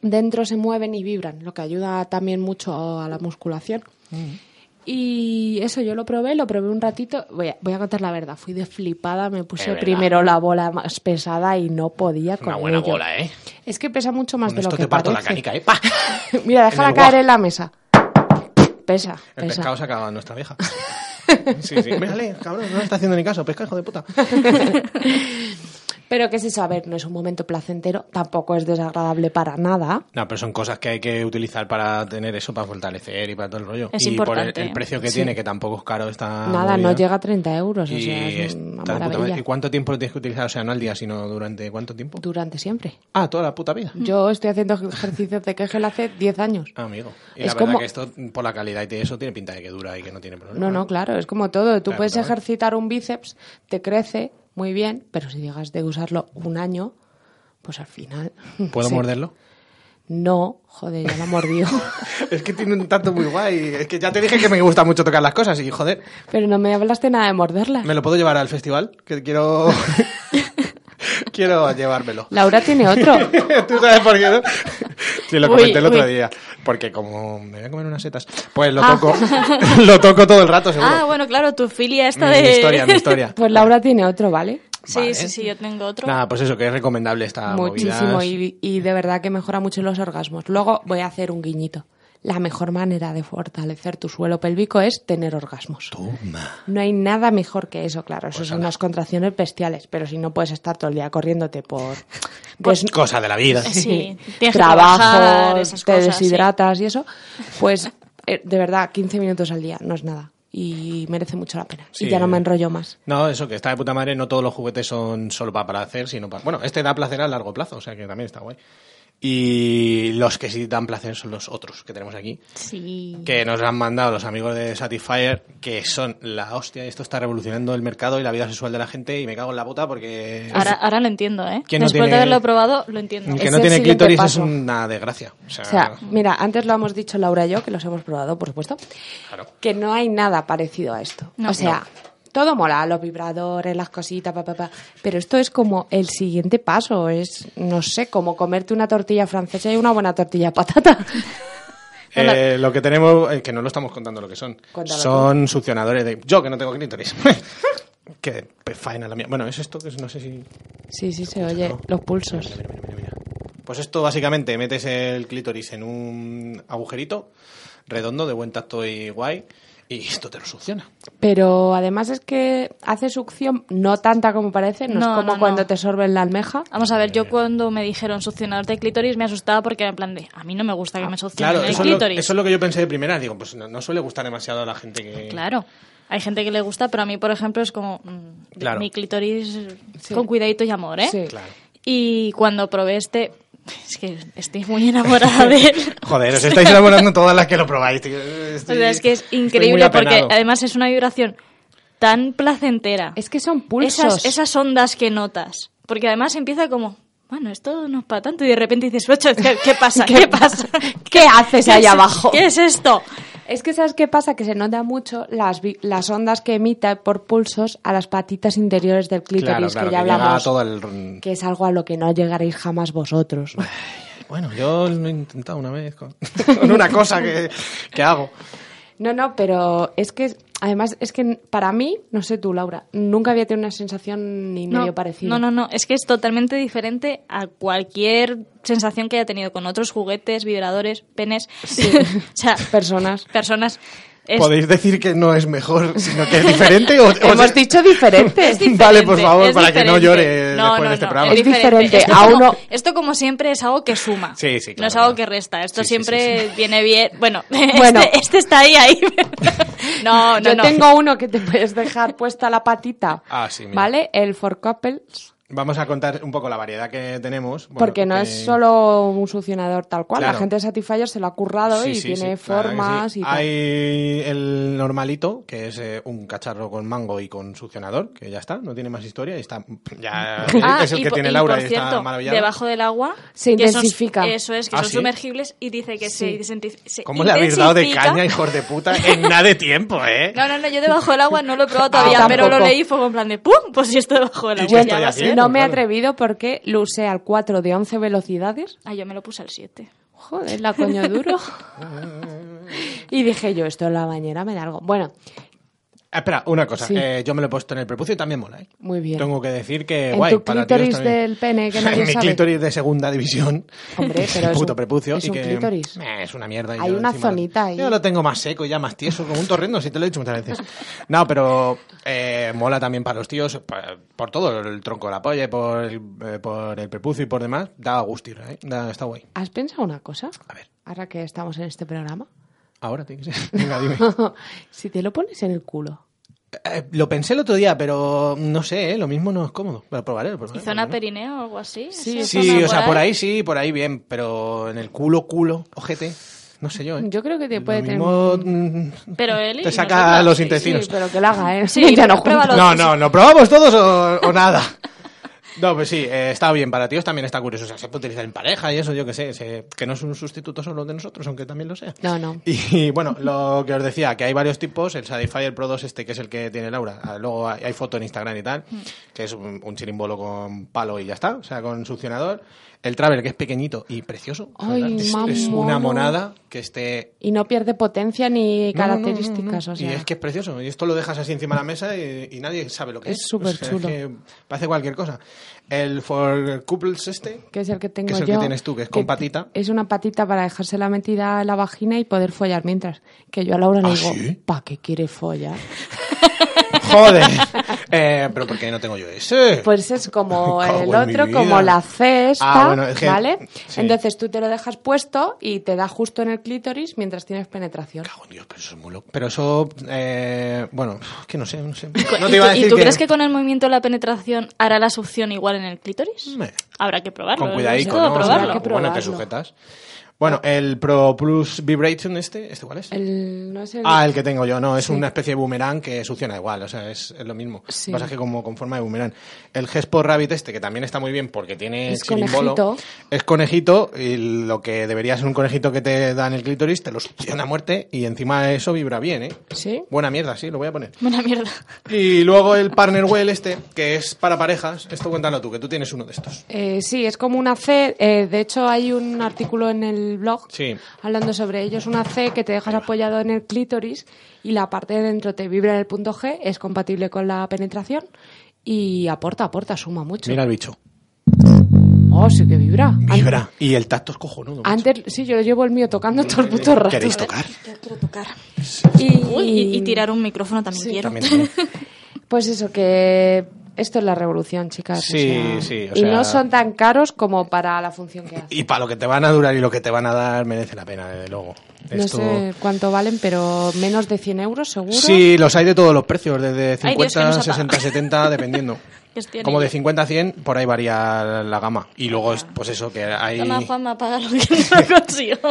G: dentro se mueven y vibran, lo que ayuda también mucho a la musculación.
E: Mm.
G: Y eso yo lo probé, lo probé un ratito. Voy a, voy a contar la verdad, fui de flipada, me puse
E: verdad.
G: primero la bola más pesada y no podía
E: Es
G: con
E: una buena
G: ello.
E: bola, ¿eh?
G: Es que pesa mucho más
E: Con
G: de lo
E: esto
G: que
E: te parto la
G: parece.
E: canica, ¿eh? ¡Pa!
G: Mira, déjala
E: el
G: caer
E: guajo.
G: en la mesa. Pesa,
E: El
G: pesa.
E: pescado se acaba de nuestra vieja. Sí, sí. Mírale, cabrón, no le está haciendo ni caso. Pesca, hijo de puta.
G: Pero que es eso, a ver, no es un momento placentero, tampoco es desagradable para nada.
E: No, pero son cosas que hay que utilizar para tener eso, para fortalecer y para todo el rollo.
F: Es
E: y por
F: importante.
E: el- el, precio que
G: Sí.
E: tiene, que tampoco es caro esta
G: nada,
E: movida.
G: no llega a 30 euros, o
E: Ah, Y
G: sea, es
E: está de
G: una
E: puta madre.
G: maravilla.
E: ¿Y cuánto tiempo lo tienes que utilizar? O sea, no al día, sino durante cuánto tiempo.
G: Durante siempre.
E: Ah, toda la puta vida.
G: Yo estoy haciendo ejercicios de Kegel hace 10 años.
E: Ah, amigo. Y
G: Es
E: la verdad
G: como-
E: que esto, por la calidad y de eso, tiene pinta de que dura y que no tiene problema.
G: No, no, claro, es como todo. Tú
E: Claro,
G: puedes
E: claro.
G: ejercitar un bíceps, te crece muy bien, pero si llegas de usarlo un año, pues al final.
E: ¿Puedo
G: sí.
E: morderlo?
G: No, joder, ya lo ha mordido.
E: Es que tiene un tanto muy guay. Es que ya te dije que me gusta mucho tocar las cosas y, joder,
G: pero no me hablaste nada de morderla.
E: ¿me lo puedo llevar al festival? Que quiero... quiero llevármelo.
G: Laura tiene otro.
E: ¿Tú sabes por qué? no? Sí, lo
G: Uy,
E: comenté el otro
G: uy.
E: día. Porque como me voy a comer unas setas, pues lo
G: Ah.
E: toco. lo toco todo el rato, seguro.
F: Ah, bueno, claro, tu filia esta
E: mi
F: de...
E: historia, mi historia.
G: Pues Laura tiene otro, ¿vale?
F: Sí,
E: Vale.
F: sí, sí, yo tengo otro.
E: Nada, pues eso, que es recomendable esta
G: Muchísimo
E: movida.
G: y, y de verdad que mejora mucho los orgasmos. Luego voy a hacer un guiñito. La mejor manera de fortalecer tu suelo pélvico es tener orgasmos.
E: Toma. Pues
G: No hay nada mejor que eso, claro. Eso son unas contracciones bestiales, pero si no puedes estar todo el día corriéndote por pues,
E: Cosa de la vida.
F: Sí, tienes que trabajar,
G: trabajos,
F: esas
G: te
F: cosas, sí.
G: deshidratas y eso, pues eh, de verdad, 15 minutos al día no es nada y merece mucho la pena.
E: Sí.
G: Y ya no me enrollo más.
E: No, eso que está de puta madre, no todos los juguetes son solo para placer, sino para... Bueno, este da placer a largo plazo, o sea que también está guay. Y los que sí dan placer son los otros que tenemos aquí,
F: Sí.
E: que nos han mandado los amigos de Satisfyer, que son la hostia, esto está revolucionando el mercado y la vida sexual de la gente y me cago en la puta porque...
F: Ahora, ahora lo entiendo, ¿eh?
E: ¿Quién no
F: Después
E: tiene-
F: de haberlo probado, lo entiendo.
E: el que
G: es
E: no
G: el
E: tiene
G: siguiente
E: clítoris es
G: paso.
E: una desgracia. O sea,
G: O sea, mira, antes lo hemos dicho Laura y yo, que los hemos probado, por supuesto,
E: Claro.
G: que no hay nada parecido a esto.
F: No.
G: o sea, todo mola, los vibradores, las cositas, pa, pa, pa, pero esto es como el siguiente paso, es, no sé, como comerte una tortilla francesa y una buena tortilla de patata.
E: Eh, lo que tenemos, eh, que no lo estamos contando lo que son,
G: Cuéntalo
E: son succionadores de... Yo que no tengo clítoris. que pues, faena la mía. Bueno, es esto que es- no sé si...
G: Sí, sí, se oye, los pulsos.
E: Mira, mira, mira, mira. Pues esto básicamente metes el clítoris en un agujerito redondo de buen tacto y guay y esto te lo succiona.
G: Pero además es que hace succión, no tanta como parece, no, es
F: No,
G: como
F: no,
G: cuando
F: no.
G: te sorben la almeja.
F: Vamos a ver,
E: Eh,
F: yo cuando me dijeron succionador de clítoris me asustaba porque era en plan de, a mí no me gusta que me succionen
E: Ah, Claro,
F: el
E: eso es, lo,
F: clítoris.
E: eso es lo que yo pensé de primera. Digo, pues no, no suele gustar demasiado a la gente que...
F: Claro. Hay gente que le gusta, pero a mí, por ejemplo, es como mm,
E: Claro.
F: mi clítoris
G: Sí.
F: con cuidadito y amor, ¿eh?
G: Sí.
E: Claro.
F: Y cuando probé este, es que estoy muy enamorada de él.
E: Joder, os estáis enamorando todas las que lo probáis. tío.
F: O
E: Estoy-
F: sea, es que es
E: estoy muy
F: increíble porque
E: apenado.
F: además es una vibración tan placentera.
G: Es que son pulsos.
F: esas, esas ondas que notas. Porque además empieza como, bueno, esto no es para tanto. Y de repente dices, ocho, ¿qué, qué pasa? ¿Qué,
G: ¿Qué
F: pasa?
G: ¿Qué haces
F: ¿Qué
G: ahí
F: es-
G: abajo?
F: ¿Qué es esto?
G: Es que sabes qué pasa, que se nota mucho las, vi- las ondas que emite por pulsos a las patitas interiores del
E: Claro,
G: clítoris,
E: claro,
G: que ya
E: llega
G: hablamos,
E: todo el-
G: que es algo a lo que no llegaréis jamás vosotros.
E: Bueno, yo lo he intentado una vez con, con una cosa que, que hago.
G: No, no, pero es que además es que para mí, no sé tú, Laura, nunca había tenido una sensación ni medio parecida.
F: no, no, no, es que es totalmente diferente a cualquier sensación que haya tenido con otros juguetes, vibradores, penes, o sea,
G: Personas.
F: personas. Es-
E: Podéis decir que no es mejor, sino que es diferente o, o
G: Hemos
E: sea-
G: dicho diferentes.
F: es diferente,
E: Vale, por favor,
F: es
E: para que no
F: diferente.
E: llore
F: No,
E: después
F: no,
E: de este
F: no,
E: programa.
F: Es
G: Es
F: diferente.
G: diferente,
F: Esto,
G: a
F: como,
G: uno-
F: esto como siempre es algo que suma.
E: Sí, sí, claro,
F: no es algo
E: claro.
F: que resta. Esto
E: Sí, sí,
F: siempre
E: sí,
F: viene bien. Bueno,
G: Bueno.
F: Este, este está ahí, ahí. no, no,
G: Yo
F: no.
G: tengo uno que te puedes dejar puesta la patita.
E: Ah, sí, mira.
G: ¿Vale? El for couples.
E: Vamos a contar un poco la variedad que tenemos. bueno, eh,
G: porque no
E: que-
G: es solo un succionador tal cual.
E: Claro.
G: La gente de Satisfyer se lo ha currado
E: Sí,
G: y
E: sí,
G: tiene
E: sí, la verdad que
G: formas
E: sí.
G: y tal.
E: Hay el normalito, que es eh, un cacharro con mango y con succionador, que ya está, no tiene más historia. y Está, ya,
F: Ah,
E: es el
F: y
E: que
F: po-
E: tiene
F: y
E: Laura
F: por
E: y
F: cierto,
E: está maravillado.
F: Debajo del agua
G: Se
F: que son-
G: intensifica.
F: eso es, que
E: Ah,
F: son
E: ¿sí?
F: sumergibles y dice que se, desenti- se
E: ¿Cómo le habéis dado de
F: intensifica.
E: caña, hijos de puta, en nada de tiempo, eh?
F: No, no, no, yo debajo del agua no lo he probado todavía,
G: Ah,
F: pero lo
G: tampoco.
F: leí y fue en plan de ¡pum! Pues si esto debajo
E: ¿Y
F: del agua
E: qué
F: ya
E: estoy
F: va a
E: haciendo?
F: ser.
E: Bien,
G: no me he
E: claro.
G: atrevido porque lo usé al 4 de 11 velocidades.
F: Ah, yo me lo puse al 7.
E: Ah,
G: Joder, la coño duro. y dije yo, esto en la bañera me da algo. Bueno,
E: Ah, Espera, una cosa.
G: Sí.
E: eh, yo me lo he puesto en el prepucio y también mola, ¿eh?
G: Muy bien.
E: Tengo que decir que
G: En
E: guay.
G: tu
E: para tíos
G: clítoris
E: también.
G: del pene, que nadie
E: En Mi
G: sabe.
E: clítoris de segunda división.
G: Hombre, pero es
E: puto
G: un-
E: prepucio.
G: es
E: y
G: un
E: que,
G: clítoris.
E: eh, es una mierda. y
G: Hay
E: yo
G: una
E: encima lo-
G: zonita ahí.
E: Yo lo tengo más seco y ya más tieso, como un torrendo, si te lo he dicho muchas veces. No, pero eh, mola también para los tíos, pa- por todo, el tronco de la polla, y por el, eh, por el prepucio y por demás. Da gusto, ir, ¿eh? Da- está guay.
G: ¿Has pensado una cosa?
E: A ver,
G: Ahora que estamos en este programa.
E: ahora tiene que ser. Venga, dime.
G: si te lo pones en el culo.
E: Eh, lo pensé el otro día, pero no sé, ¿eh? lo mismo no es cómodo. Lo probaré, lo probaré.
F: ¿Y zona
E: ¿no?
F: perineo o algo así?
G: Sí,
F: ¿Eso
E: Sí,
F: zona
E: o sea, por ahí sí, por ahí bien, pero en el culo, culo, ojete, no sé yo, ¿eh?
G: Yo creo que te puede
E: Lo
G: tener
E: mismo,
G: un-
E: mm,
F: Pero él y
E: Te saca
F: nosotras,
E: los
F: sí, sí.
E: intestinos.
G: Sí, pero que lo haga, ¿eh?
F: Sí,
G: ya no
F: pruébalo.
G: junto.
E: No, no, ¿lo probamos todos o, o nada? No, pues sí, eh, está bien para tíos, también está curioso. O sea, se puede utilizar en pareja y eso, yo qué sé, se- que no es un sustituto solo de nosotros, aunque también lo sea.
G: No, no.
E: Y bueno, lo que os decía, que hay varios tipos, el Satisfyer Pro 2 este, que es el que tiene Laura, ah, luego hay hay foto en Instagram y tal, que es un, un chirimbolo con palo y ya está, o sea, con succionador. El Travel, que es pequeñito y precioso, la
G: Ay,
E: verdad, es,
G: más
E: es una
G: mono.
E: monada que esté...
G: Y no pierde potencia
E: no, no, no,
G: ni
E: no,
G: características,
E: no.
G: o sea.
E: Y es que es precioso, y esto lo dejas así encima de la mesa y, y nadie sabe lo que
G: Es
E: es.
G: superchulo.
E: que parece cualquier cosa. El For Couples este,
G: que es el que tengo
E: que es el
G: yo,
E: que tienes tú, que es con
G: t-
E: patita.
G: Es una patita para dejársela metida en la vagina y poder follar mientras. Que yo a Laura le
E: ¿Ah,
G: digo,
E: sí?
G: ¿pa' qué quiere follar?
E: Joder, Eh, pero ¿por qué no tengo yo ese?
G: Pues es como
E: Me cago
G: el
E: en mi
G: otro,
E: vida.
G: como la cesta,
E: Ah, bueno, es que-
G: ¿vale?
E: sí.
G: Entonces tú te lo dejas puesto y te da justo en el clítoris mientras tienes penetración.
E: Cago en Dios, pero eso es muy loco. Pero eso, eh, bueno, es que no sé, no sé.
F: Co-
E: No
F: ¿Y
E: te iba
F: tú-
E: a decir
F: ¿Y tú crees que con el movimiento de la penetración hará la succión igual en el clítoris?
E: Me-
F: Habrá que probarlo.
E: Con
F: cuidado
E: cuidadico, ¿no?
G: Hay
F: probarlo.
E: Bueno,
G: que
E: te
G: probarlo.
E: sujetas. Bueno, el Pro Plus Vibration este, ¿este cuál es?
G: El, no es el-
E: Ah, el que tengo yo, no, es
G: Sí.
E: una especie de boomerang que succiona igual, o sea, es, es lo mismo.
G: Sí.
E: Lo que pasa es que como con forma de boomerang. El Gespo Rabbit este, que también está muy bien porque tiene
G: Es
E: chirimbolo,
G: conejito.
E: es conejito, y lo que debería ser un conejito que te da en el clítoris, te lo succiona a muerte y encima de eso vibra bien, ¿eh?
G: ¿Sí?
E: Buena mierda, sí, lo voy a poner.
F: Buena mierda.
E: Y luego el Partner Well este, que es para parejas. Esto cuéntalo tú, que tú tienes uno de estos.
G: Eh, sí, es como una C. eh, de hecho, hay un artículo en el blog
E: Sí.
G: hablando sobre ello. Es una C que te dejas apoyado en el clítoris y la parte de dentro te vibra en el punto G. Es compatible con la penetración y aporta, aporta, suma mucho.
E: Mira el bicho.
G: Oh, sí que vibra. An-
E: Vibra. Y el tacto es cojonudo. macho.
G: Antes, sí, yo llevo el mío tocando
E: Mm,
G: todo el puto rato.
E: ¿Queréis tocar?
G: Y,
F: Uy, y, y tirar un micrófono también quiero.
E: También tiene.
G: Pues eso, que esto es la revolución, chicas. o
E: Sí,
G: sea,
E: sí, o
G: y
E: sea-
G: no son tan caros como para la función que hacen.
E: Y para lo que te van a durar y lo que te van a dar, merece la pena, desde luego.
G: No
E: Esto-
G: sé cuánto valen, pero menos de 100 euros seguro.
E: Sí, los hay de todos los precios, desde
F: Ay, Dios, que
E: 50,
F: nos ata.
E: 60, 70, dependiendo.
F: Estoy
E: Como
F: en
E: de
F: ello.
E: 50 a 100, por ahí varía la gama. Y luego,
G: Ah.
E: es, pues eso, que hay...
F: Toma, Juanma, apaga lo que no consigo.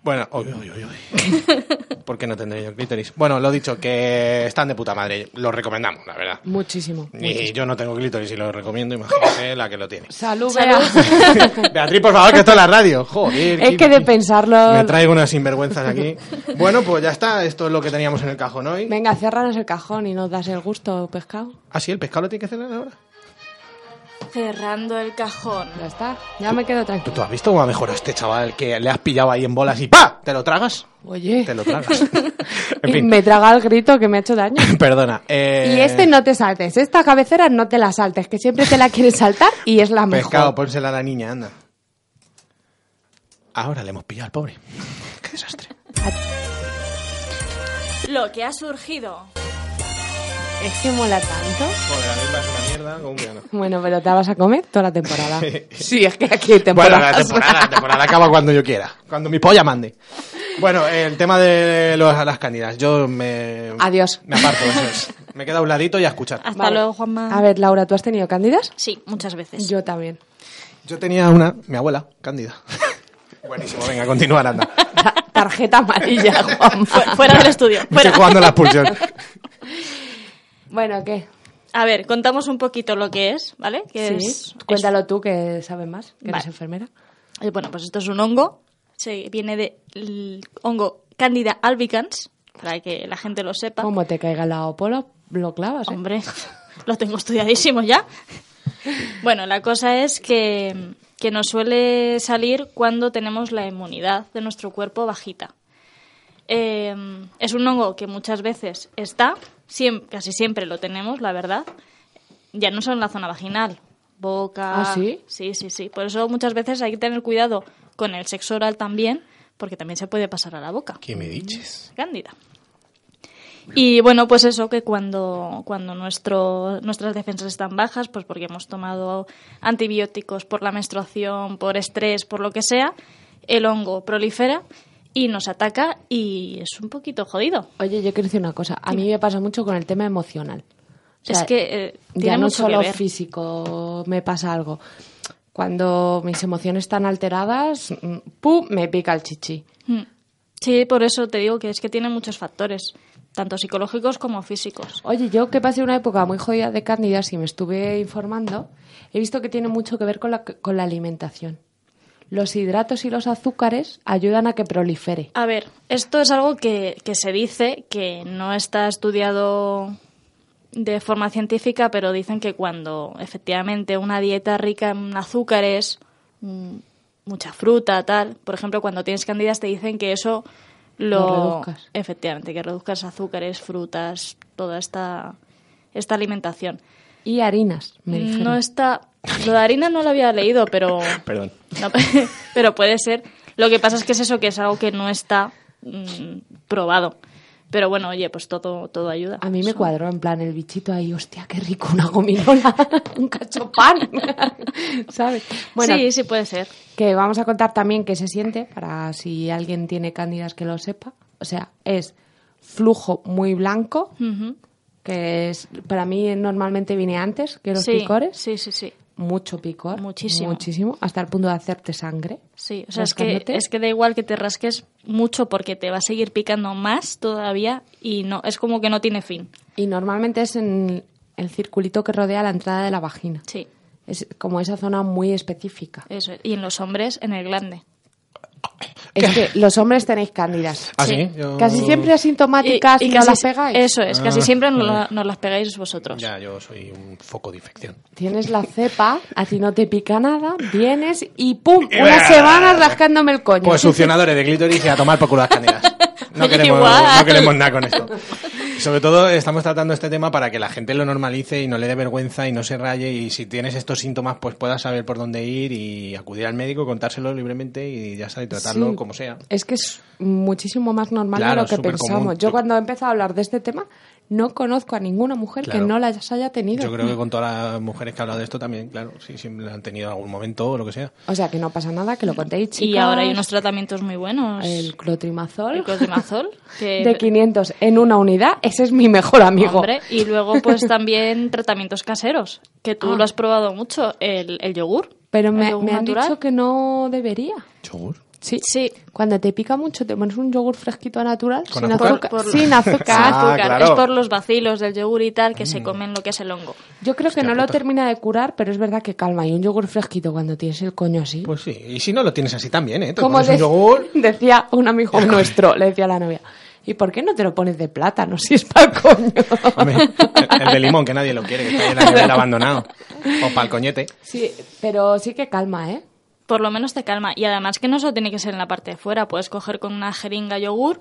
E: Bueno, uy, uy, uy, uy. ¿Por qué no tendré yo clítoris? Bueno, lo dicho, que están de puta madre. Los recomendamos, la verdad.
G: Muchísimo.
E: Y yo no tengo clítoris y lo recomiendo, imagínate la que lo tiene.
G: Salud, Bea.
E: Beatriz, por favor, que esto es la radio. Joder.
G: Es
E: qué-
G: que de pensarlo-
E: Me traigo unas sinvergüenzas aquí. Bueno, pues ya está. Esto es lo que teníamos en el cajón hoy.
G: Venga, ciérranos el cajón y nos das el gusto, pescado.
E: ¿Ah, sí? ¿El pescado lo tiene que cerrar ahora?
F: Cerrando el cajón.
G: Ya está, ya me quedo
E: ¿Tú,
G: tranquilo.
E: tú has visto cómo ha mejorado este chaval que le has pillado ahí en bolas y ¡pa! ¿Te lo tragas?
G: Oye,
E: Te lo tragas. en
G: y
E: fin,
G: me traga el grito que me ha hecho daño.
E: perdona. eh,
G: Y este no te saltes, esta cabecera no te la saltes, que siempre te la quieres saltar y es la mejor.
E: Pescado, pónsela a la niña, anda. Ahora le hemos pillado al pobre. Qué desastre.
F: Lo que ha surgido.
E: pues.
G: Es que mola tanto.
E: Joder, a mí me parece una mierda como un piano.
G: Bueno, pero te la vas a comer toda la temporada. sí, es que aquí hay
E: Bueno,
G: temporada.
E: la temporada, la temporada acaba cuando yo quiera, cuando mi polla mande. Bueno, el tema de los, las candidas, yo me...
G: Adiós.
E: Me aparto, eso es. Me quedo a un ladito y a escuchar.
F: Hasta
G: Vale.
F: luego, Juanma.
G: A ver, Laura, ¿tú has tenido cándidas?
F: Sí, muchas veces.
G: Yo también.
E: Yo tenía una, mi abuela, cándida. Buenísimo, venga, continúa, anda.
G: Ta- Tarjeta amarilla, Juan.
F: Fu- fuera del estudio.
E: Me estoy
F: Fuera.
E: jugando la expulsión.
G: Bueno, ¿qué?
F: A ver, contamos un poquito lo que es, ¿vale? Que
G: Sí,
F: es-
G: Cuéntalo tú, que sabes más, que eres
F: Vale.
G: enfermera.
F: Eh, Bueno, pues esto es un hongo. Se viene de l- hongo Candida albicans, para que la gente lo sepa.
G: Como te caiga la opolo, lo clavas. ¿eh?
F: Hombre, lo tengo estudiadísimo ya. Bueno, la cosa es que, que nos suele salir cuando tenemos la inmunidad de nuestro cuerpo bajita. Eh, es un hongo que muchas veces está, siem- casi siempre lo tenemos, la verdad. Ya no solo en la zona vaginal, boca.
G: ¿Ah, sí?
F: Sí, sí, sí. Por eso muchas veces hay que tener cuidado con el sexo oral también, porque también se puede pasar a la boca.
E: ¿Qué me dices?
F: Cándida. Y bueno, pues eso que cuando, cuando nuestro, nuestras defensas están bajas, pues porque hemos tomado antibióticos por la menstruación, por estrés, por lo que sea, el hongo prolifera y nos ataca y es un poquito jodido.
G: Oye, yo quiero decir una cosa. A mí me pasa mucho con el tema emocional. O sea,
F: es que eh, tiene
G: ya no
F: mucho
G: solo
F: que ver.
G: físico me pasa algo. Cuando mis emociones están alteradas, mm, ¡pum! me pica el chichi.
F: Mm. Sí, por eso te digo que es que tiene muchos factores, tanto psicológicos como físicos.
G: Oye, yo que pasé una época muy jodida de cándidas y me estuve informando, he visto que tiene mucho que ver con la, con la alimentación. Los hidratos y los azúcares ayudan a que prolifere.
F: A ver, esto es algo que, que se dice, que no está estudiado de forma científica, pero dicen que cuando efectivamente una dieta rica en azúcares, mm, mucha fruta, tal, por ejemplo, cuando tienes candidas te dicen que eso lo...
G: Lo reduzcas.
F: Efectivamente, que reduzcas azúcares, frutas, toda esta, esta alimentación.
G: Y harinas, me dijeron.
F: Mm, No está... Lo de harina no lo había leído, pero...
E: Perdón.
F: No, pero puede ser. Lo que pasa es que es eso, que es algo que no está mm, probado. Pero bueno, oye, pues todo, todo ayuda.
G: A mí me
F: Eso.
G: cuadró en plan el bichito ahí, hostia, qué rico, una gominola, un cacho pan, ¿sabes? Bueno,
F: sí, sí puede ser.
G: que vamos a contar también qué se siente, para si alguien tiene cándidas que lo sepa. O sea, es flujo muy blanco,
F: Ujú.
G: que es para mí normalmente viene antes que los
F: sí,
G: picores.
F: Sí, sí, sí.
G: Mucho picor.
F: Muchísimo.
G: Muchísimo, hasta el punto de hacerte sangre.
F: Sí, o sea, es que,
G: Rascándote.
F: es que da igual que te rasques mucho porque te va a seguir picando más todavía y no, es como que no tiene fin.
G: Y normalmente es en el circulito que rodea la entrada de la vagina.
F: Sí,
G: Es como esa zona muy específica.
F: eso es. Y en los hombres, en el glande.
G: Es que los hombres tenéis cándidas.
E: ¿Ah,
F: Sí.
E: sí? Yo-
G: Casi siempre asintomáticas y, no
F: casi
G: las
F: si-
G: pegáis.
F: Eso es, casi
E: Ah,
F: siempre nos,
E: vale.
F: la- nos las pegáis vosotros.
E: Ya, yo soy un foco de infección.
G: Tienes la cepa, a ti no te pica nada, vienes y ¡pum! Una semana rascándome el coño.
E: Pues succionadores de clítoris y a tomar por culo las canidas. No
F: Oye,
E: queremos,
F: igual.
E: no queremos nada con esto. Sobre todo estamos tratando este tema para que la gente lo normalice y no le dé vergüenza y no se raye y si tienes estos síntomas pues puedas saber por dónde ir y acudir al médico, contárselo libremente y ya sabes, tratarlo
G: Sí.
E: como sea.
G: Es que es muchísimo más normal
E: Claro,
G: de lo que
E: súper
G: pensamos.
E: común.
G: Yo cuando he empezado a hablar de este tema, no conozco a ninguna mujer
E: Claro.
G: que no las haya tenido.
E: Yo creo que con todas las mujeres que he hablado de esto también, claro, sí, sí, lo han tenido en algún momento o lo que sea.
G: O sea, que no pasa nada, que lo contéis, chicas.
F: y ahora hay unos tratamientos muy buenos.
G: El clotrimazol.
F: el clotrimazol, que-
G: De 500 en una unidad. Ese es mi mejor amigo.
F: Hombre, y luego pues también tratamientos caseros, que tú
G: Ah.
F: lo has probado mucho, el, el yogur.
G: Pero
F: el
G: me,
F: yogur
G: me han
F: natural.
G: dicho que no debería.
E: ¿Yogur?
G: Sí.
F: Sí,
G: Cuando te pica mucho, te pones un yogur fresquito natural,
E: ¿Con
G: sin
E: azúcar?
G: azúcar.
F: Por- por-
G: Sin azúcar.
E: Ah,
F: azúcar,
E: claro. Mm.
F: es por los bacilos del yogur y tal que se comen lo que es el hongo.
G: Yo creo que
E: Hostia
G: no lo
E: puta.
G: termina de curar, pero es verdad que calma. Y un yogur fresquito cuando tienes el coño así.
E: Pues sí, y si no lo tienes así también, ¿eh? Te
G: Como
E: pones un
G: de-
E: yogur...
G: decía un amigo nuestro, le decía a la novia. ¿Y por qué no te lo pones de plátano si es para el coño?
E: Hombre, el de limón que nadie lo quiere, que está ahí en la nevera abandonado. O para el coñete.
G: Sí, pero sí que calma, ¿eh?
F: Por lo menos te calma. Y además que no solo tiene que ser en la parte de fuera, puedes coger con una jeringa yogur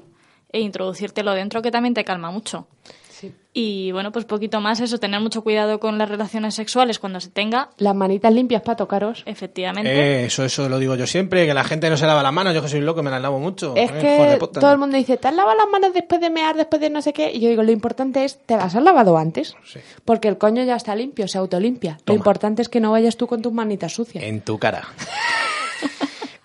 F: e introducírtelo dentro que también te calma mucho.
G: Sí.
F: Y bueno, pues poquito más eso, tener mucho cuidado con las relaciones sexuales cuando se tenga,
G: Las manitas limpias para tocaros.
F: efectivamente.
E: Eh, eso, eso lo digo yo siempre, que la gente no se lava las manos, yo que soy loco me las lavo mucho.
G: Es
E: eh, hijo de
G: que
E: puta.
G: todo el mundo dice, ¿te has lavado las manos después de mear, después de no sé qué? Y yo digo, lo importante es, ¿te las has lavado antes?
E: Sí.
G: Porque el coño ya está limpio, se autolimpia. Lo
E: Toma.
G: importante es que no vayas tú con tus manitas sucias.
E: En tu cara.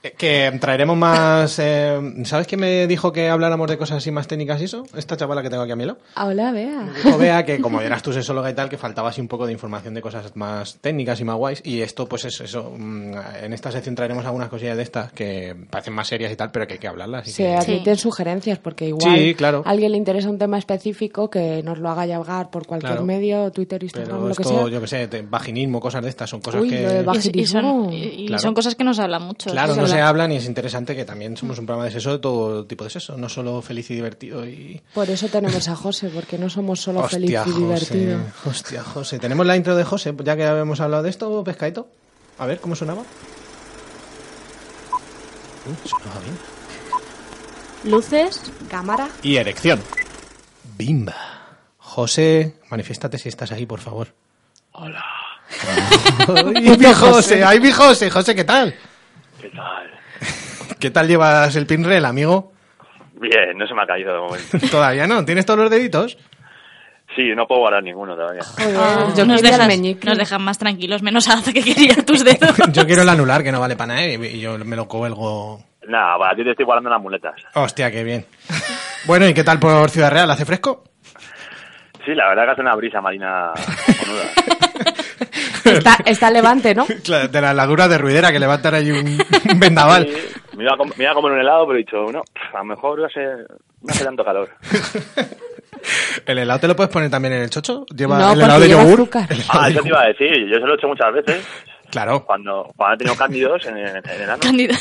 E: Eh, que traeremos más... eh, ¿Sabes quién me dijo que habláramos de cosas así más técnicas y eso? Esta chavala que tengo aquí a mi lado.
G: Hola, vea.
E: Dijo Bea que como eras tu sexóloga y tal, que faltaba así un poco de información de cosas más técnicas y más guays. Y esto, pues es eso. mm, En esta sección traeremos algunas cosillas de estas que parecen más serias y tal, pero que hay que hablarlas. y
G: Se
E: que-
G: admiten sugerencias porque igual
E: Sí, claro.
G: a alguien le interesa un tema específico que nos lo haga llegar por cualquier
E: Claro.
G: medio, Twitter, Instagram,
E: Pero
G: lo que
E: esto,
G: sea.
E: yo que sé, te- vaginismo, cosas de estas, son cosas
G: Uy,
E: que...
G: lo del
F: Y- Y,
G: Vaginismo.
F: son, y- y
E: Claro.
F: son cosas que nos hablan mucho.
E: Claro,
F: Es
E: no se
F: verdad.
E: hablan y es interesante que también somos un programa de sexo de todo tipo de sexo, no solo feliz y divertido y...
G: Por eso tenemos a José, porque no somos solo
E: Hostia,
G: feliz y
E: José,
G: divertido.
E: hostia, José. ¿Tenemos la intro de José? Ya que habíamos hablado de esto, pescadito. A ver, ¿cómo sonaba? Uh, sonaba bien.
F: luces,
G: Cámara.
E: y erección. Bimba. José, manifiéstate si estás ahí, por favor. Hola. ¡Ay, mi José! ¡Ay, mi José! José, ¿qué tal?
J: ¿Qué tal?
E: ¿Qué tal llevas el pinrel, amigo?
J: Bien, no se me ha caído de momento.
E: Todavía no. ¿Tienes todos los deditos?
J: Sí, no puedo guardar ninguno todavía.
G: yo
F: nos,
G: quería el
F: dejas,
G: meñique.
F: nos dejan más tranquilos, menos a que quería tus dedos.
E: Yo quiero el anular, que no vale para nada, y y yo me lo cuelgo.
J: Nada, para ti te estoy guardando las muletas.
E: Hostia, qué bien. Bueno, ¿y qué tal por Ciudad Real? ¿Hace fresco?
J: Sí, la verdad que hace una brisa marina cojonuda.
G: Está, está levante, ¿no?
E: Claro, de la heladura de ruidera que levantan ahí un, un vendaval.
J: Sí, Me iba, a com- me iba a comer un helado, pero he dicho, no, a lo mejor hace, no hace tanto calor.
E: ¿El helado te lo puedes poner también en el chocho? ¿Lleva
G: No,
E: el helado de
G: porque lleva
E: yogur?
G: azúcar.
E: El helado
J: Ah,
E: de
J: eso te
E: yogur.
J: iba a decir, yo se lo he hecho muchas veces.
E: Claro.
J: Cuando, cuando he tenido cándidos en, en- en el ano.
F: Cándida.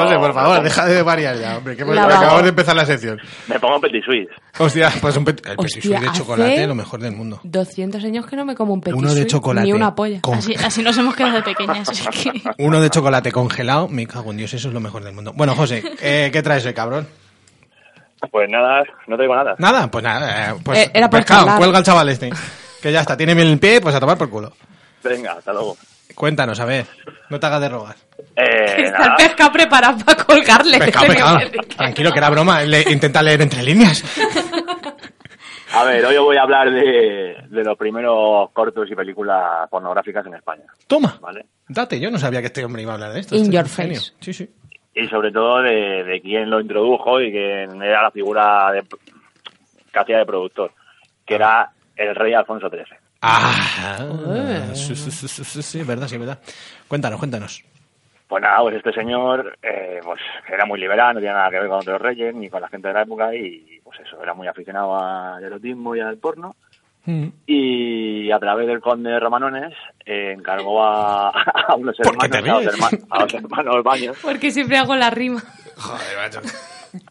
E: José, por favor, deja de variar ya, hombre, que hemos-
G: Lavado.
E: acabamos de empezar la sección.
J: Me pongo petit suisse.
E: Hostia, pues un pet- el
G: Hostia,
E: petit suisse de
G: hace
E: chocolate, lo mejor del mundo.
G: 200 años que no me como un ¿eh? petit
E: Uno de
G: suisse,
E: chocolate.
G: Ni una polla.
E: con-
F: Así, así nos hemos quedado de pequeñas. así que-
E: Uno de chocolate congelado, me cago en Dios, eso es lo mejor del mundo. Bueno, José, eh, ¿qué traes hoy, cabrón?
J: Pues nada, no traigo nada.
E: Nada, pues nada, eh, pues
G: Eh, era por
E: pescado,
G: charlar.
E: cuelga al chaval este. Que ya está, tiene bien el pie, pues a tomar por culo.
J: Venga, hasta luego.
E: Cuéntanos, a ver, no te hagas de rogar.
J: Eh,
G: Está el
J: nada.
G: pescado preparado para colgarle.
E: Pescado, pescado. Tranquilo, que era broma, le- intenta leer entre líneas.
J: A ver, hoy os voy a hablar de, de los primeros cortos y películas pornográficas en España,
E: Toma,
J: ¿vale?
E: date, yo no sabía que este hombre iba a hablar de esto.
G: In
E: Este
G: your
E: es un genio.
G: face.
E: Sí, sí.
J: Y sobre todo de, de quién lo introdujo y quién era la figura de, que hacía de productor, que era el rey Alfonso XIII.
E: Ah, sí, sí, sí, sí, sí, sí, es verdad, sí, es verdad. Cuéntanos, cuéntanos.
J: Pues nada, pues este señor eh, pues era muy liberal, no tenía nada que ver con otros reyes ni con la gente de la época y pues eso, era muy aficionado al erotismo y al porno.
E: Mm.
J: Y a través del conde de Romanones eh, encargó a, a unos
E: ¿Por qué te
J: hermanos, a los,
E: ríes?
J: herma- a los hermanos Baños.
G: Porque siempre hago la rima.
E: Joder, macho.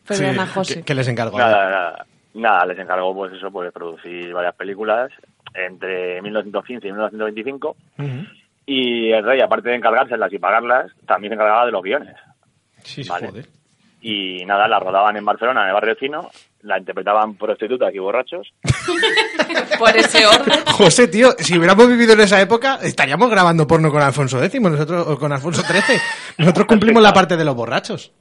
G: Perdona,
E: Sí,
G: José.
E: ¿Qué, qué les encargo?
J: Nada, nada, nada, les encargó pues eso, pues producir varias películas entre 1915 y 1925
E: Ujú.
J: y el rey, aparte de encargárselas y pagarlas, también se encargaba de los guiones.
E: Sí,
J: Vale.
E: joder.
J: Y nada, la rodaban en Barcelona, en el barrio fino, la interpretaban prostitutas y borrachos.
G: Por ese orden.
E: José, tío, si hubiéramos vivido en esa época, estaríamos grabando porno con Alfonso X, nosotros, o con Alfonso XIII. Nosotros cumplimos la parte de los borrachos.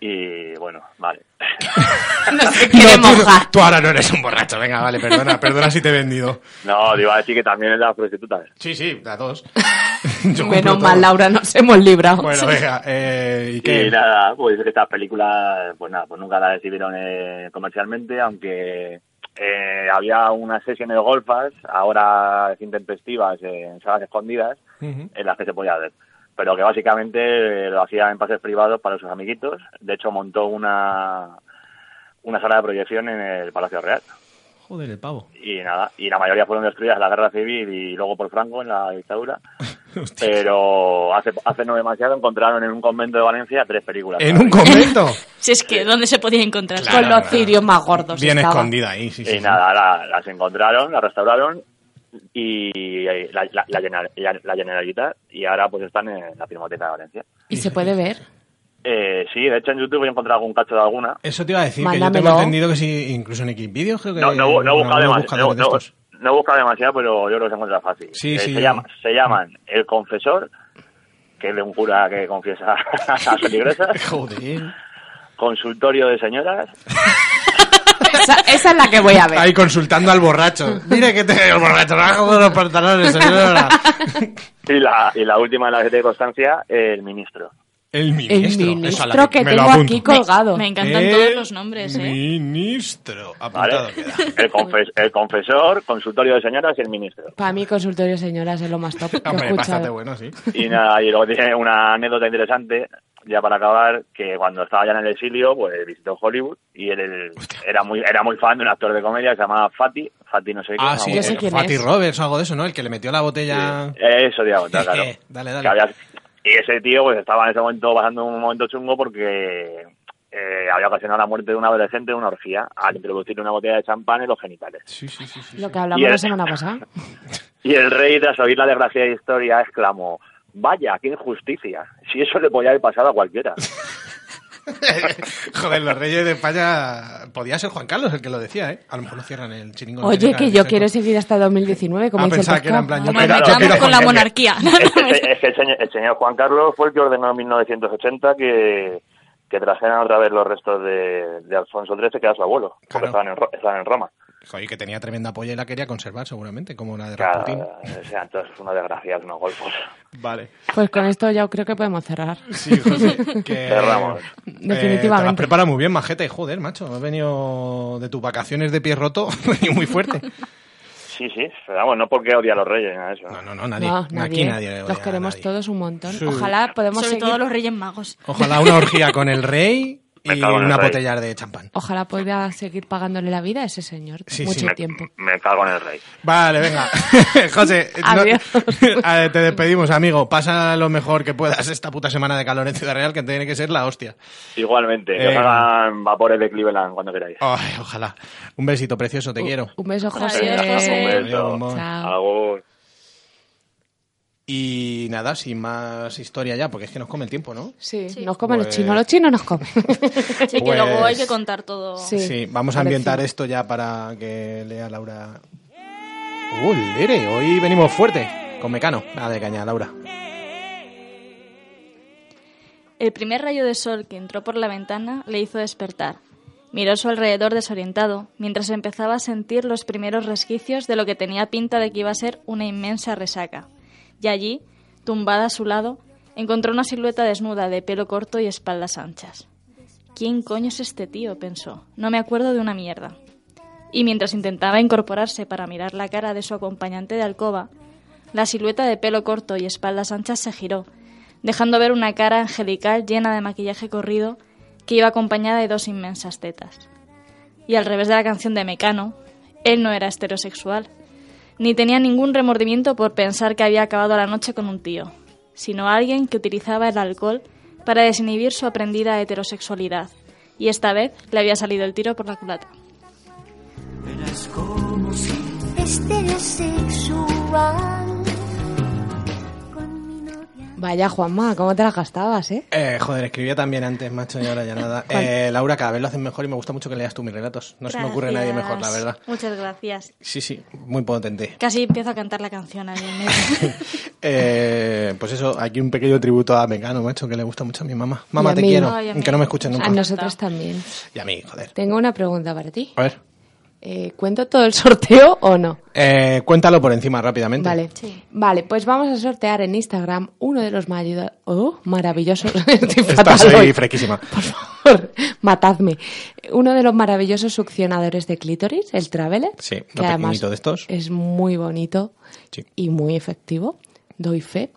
J: Y bueno, vale.
G: No se
E: No, tú, tú ahora no eres un borracho, venga, vale, perdona, perdona si te he vendido.
J: No, te iba a decir que también eran las prostitutas.
E: Sí, sí, a dos.
G: Menos mal, Laura, nos hemos librado.
E: Bueno, venga, eh, ¿y qué?
J: Y nada, pues estas películas, pues nada, pues nunca las decidieron eh, comercialmente, aunque eh, había unas sesiones de golfas, ahora intempestivas, eh, en salas escondidas,
E: Ujú.
J: en las que se podía ver. Pero que básicamente eh, lo hacía en pases privados para sus amiguitos. De hecho, montó una, una sala de proyección en el Palacio Real.
E: Joder, el pavo.
J: Y nada, y la mayoría fueron destruidas en la guerra civil y luego por Franco en la dictadura. Pero hace, hace no demasiado encontraron en un convento de Valencia tres películas.
E: En un convento.
F: si es que, ¿dónde se podía encontrar?
E: Claro,
G: Con los
E: claro.
G: cirios más gordos.
E: Bien
G: estaba.
E: escondida ahí, sí, sí.
J: Y
E: sí.
J: Eh, nada, la- las encontraron, las restauraron y la, la, la, General- la- la Generalitat y ahora pues están en la Filmoteca de Valencia.
G: ¿Y se puede ver?
J: Eh, sí, de hecho en YouTube he encontrado algún cacho de alguna.
E: Eso te iba a decir, que yo
G: Mándamelo.
E: tengo entendido que sí, incluso en Xvideos creo que...
J: No, no, no he
E: bueno,
J: buscado
E: algunos
J: demasiado, no,
E: buscadores de
J: no-
E: estos.
J: no he buscado demasiado, pero yo creo que se encuentra fácil.
E: Sí,
J: Eh,
E: sí,
J: se,
E: yo-
J: llama- se llaman El Confesor, que es de un cura que confiesa a feligresas,
E: Joder.
J: Consultorio de Señoras
G: Esa, esa es la que voy a ver.
E: Ahí consultando al borracho. Mira que te el borracho bajo de los pantalones, señora.
J: y la, y la última, la de Constancia, El Ministro.
E: El
G: El
E: ministro. Esa la
G: ministro que
E: me lo
G: tengo
E: apunto.
G: aquí colgado.
F: Me, me encantan
E: El
F: todos los nombres, ¿eh?
E: Ministro. Apuntado
J: ¿vale?
E: queda.
J: El, confes- el Confesor, Consultorio de Señoras y El Ministro.
G: Para mí, consultorio señoras es lo más top que he
E: Hombre, bastante
G: escuchado.
E: bueno, sí.
J: Y nada, y luego tiene una anécdota interesante, ya para acabar, que cuando estaba ya en el exilio, pues visitó Hollywood y él, él era muy era muy fan de un actor de comedia que se llamaba Fati, Fati no sé qué.
E: Ah,
J: no
E: sí,
J: me
G: sé
E: eh,
J: acuerdo.
G: quién
E: Fatty
G: es.
E: Roberts o algo de eso, ¿no? El que le metió la botella...
J: Eh, Eso, digamos, está claro.
E: Dale, dale.
J: Que había- y ese tío pues estaba en ese momento pasando un momento chungo porque eh, había ocasionado la muerte de un adolescente en una orgía al introducirle una botella de champán en los genitales.
E: Sí, sí, sí. sí.
G: Lo que hablamos
J: Y
G: la
J: el-
G: semana pasada.
J: Y el rey, tras oír la desgraciada historia, exclamó, vaya, qué injusticia, si eso le podía haber pasado a cualquiera.
E: Joder, los reyes de España. Podía ser Juan Carlos el que lo decía, ¿eh? A lo mejor lo cierran el chiringo. lo
G: Oye,
E: cierran
G: que
E: el
G: yo
E: cerco.
G: quiero seguir hasta 2019, como
E: Ah,
G: dice el
E: pensaba que era en
G: podcast.
E: plan, yo
F: Nos
E: quiero- yo
F: mezclamos
E: quiero
F: con la
E: Juan Carlos.
F: monarquía.
J: Es que, Eh, es que el, señor, el señor Juan Carlos fue el que ordenó en 1980 que, que trajeran otra vez los restos de, de Alfonso XIII, que era su abuelo,
E: Claro.
J: porque estaban en, Ro- estaban en Roma.
E: Joder, que tenía tremenda polla y la quería conservar, seguramente, como la de
J: Claro,
E: Rasputin.
J: o sea, entonces es una desgracia, unos golfos.
E: Vale.
G: Pues con esto ya creo que podemos cerrar.
E: Sí, José, que...
J: Cerramos.
E: eh, te
G: Definitivamente.
E: la has preparado muy bien, majete. Joder, macho, has venido de tus vacaciones de pie roto venido muy fuerte.
J: Sí, sí, pero vamos, no porque odia a los reyes, ¿eh? nada de eso.
E: No, no, no, nadie.
G: No,
E: Aquí nadie. odia
G: Los
E: a
G: queremos
E: nadie.
G: todos un montón.
E: Sí.
G: Ojalá podemos
F: Sobre
G: seguir...
F: todo los Reyes Magos.
E: Ojalá una orgía con el rey
J: Me
E: y
J: cago en el
E: una
J: rey.
E: botella de champán.
G: Ojalá pueda seguir pagándole la vida a ese señor
E: Sí,
G: mucho
E: sí.
J: me,
G: tiempo.
J: me cago en el rey.
E: Vale, venga. José, no-
G: Adiós.
E: A- te despedimos, amigo. Pasa lo mejor que puedas esta puta semana de calor en Ciudad Real, que tiene que ser la hostia.
J: Igualmente, que os
E: Venga.
J: hagan vapores de Cleveland cuando queráis.
E: Eh, Ay, ojalá. Un besito precioso, te quiero.
G: Un beso, José.
F: Adiós, José.
J: Un
E: Adiós,
J: beso.
E: amor.
G: Chao.
J: Agur.
E: Y nada, sin más historia ya, porque es que nos come el tiempo, ¿no?
G: Sí,
F: Sí.
G: nos comen
E: Pues-
G: los chinos. Los chinos nos comen.
F: Sí,
E: Pues-
F: que luego hay que contar todo.
G: Sí.
E: Sí, vamos a
G: Por
E: ambientar
G: encima.
E: esto ya para que lea Laura. ¡Uh, Lere! Hoy venimos fuerte con Mecano. Nada de caña, Laura.
F: El primer rayo de sol que entró por la ventana le hizo despertar. Miró a su alrededor desorientado, mientras empezaba a sentir los primeros resquicios de lo que tenía pinta de que iba a ser una inmensa resaca. Y allí, tumbada a su lado, encontró una silueta desnuda de pelo corto y espaldas anchas. ¿Quién coño es este tío? pensó. No me acuerdo de una mierda. Y mientras intentaba incorporarse para mirar la cara de su acompañante de alcoba, la silueta de pelo corto y espaldas anchas se giró, dejando ver una cara angelical llena de maquillaje corrido que iba acompañada de dos inmensas tetas. Y al revés de la canción de Mecano, él no era heterosexual, ni tenía ningún remordimiento por pensar que había acabado la noche con un tío, sino alguien que utilizaba el alcohol para desinhibir su aprendida heterosexualidad, y esta vez le había salido el tiro por la culata.
K: Estereosexual. Con mi novia.
G: Vaya, Juanma, ¿cómo te las gastabas, eh?
E: Eh, joder, escribía también antes, macho, y ahora ya nada. Eh, Laura, cada vez lo haces mejor y me gusta mucho que leas tú mis relatos. No se me ocurre nadie mejor, la verdad.
F: Muchas gracias.
E: Sí, sí, muy potente.
F: Casi empiezo a cantar la canción ahí en medio.
E: Eh, pues eso, aquí un pequeño tributo a Mecano, macho, que le gusta mucho a mi mamá. Mamá,
G: a
E: te
G: mí.
E: quiero.
F: Ay, a mí.
E: que no me escuchen
F: No
G: A
E: nunca.
F: importa.
G: nosotros también.
E: Y a mí, joder.
G: Tengo una pregunta para ti.
E: A ver,
G: Eh, ¿Cuento todo el sorteo o no?
E: eh, cuéntalo por encima rápidamente.
G: Vale.
F: Sí.
G: Vale, pues vamos a sortear en Instagram uno de los mayuda- oh, maravillosos. Estoy fatal
E: Estás ahí
G: hoy.
E: fresquísima.
G: Por favor, matadme. Uno de los maravillosos succionadores de clítoris, el Traveler.
E: Sí,
G: que
E: uno
G: además
E: pequeñito de estos.
G: Es muy bonito
E: Sí.
G: y muy efectivo. Doy fe.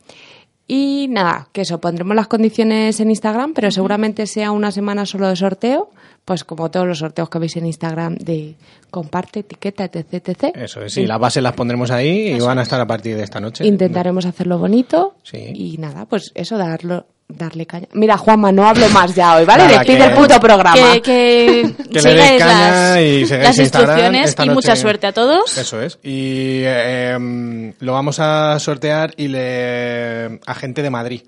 G: Y nada, que eso, pondremos las condiciones en Instagram, pero seguramente sea una semana solo de sorteo, pues como todos los sorteos que veis en Instagram de comparte, etiqueta, etc. etc.
E: Eso es, y las bases las pondremos ahí y van a estar a partir de esta noche.
G: Intentaremos hacerlo bonito.
E: Sí.
G: Y nada, pues eso, darlo, darle caña. Mira, Juanma, no hablo más ya hoy, ¿vale?
E: Nada,
G: Despide
E: que-
G: el puto programa.
F: que, que
E: Que le des
F: sigáis
E: caña
F: las,
E: y sigáis
F: las
E: Instagram
F: instrucciones
E: esta
F: y mucha
E: noche.
F: suerte a todos.
E: Eso es. Y eh, em, lo vamos a sortear y le a gente de Madrid.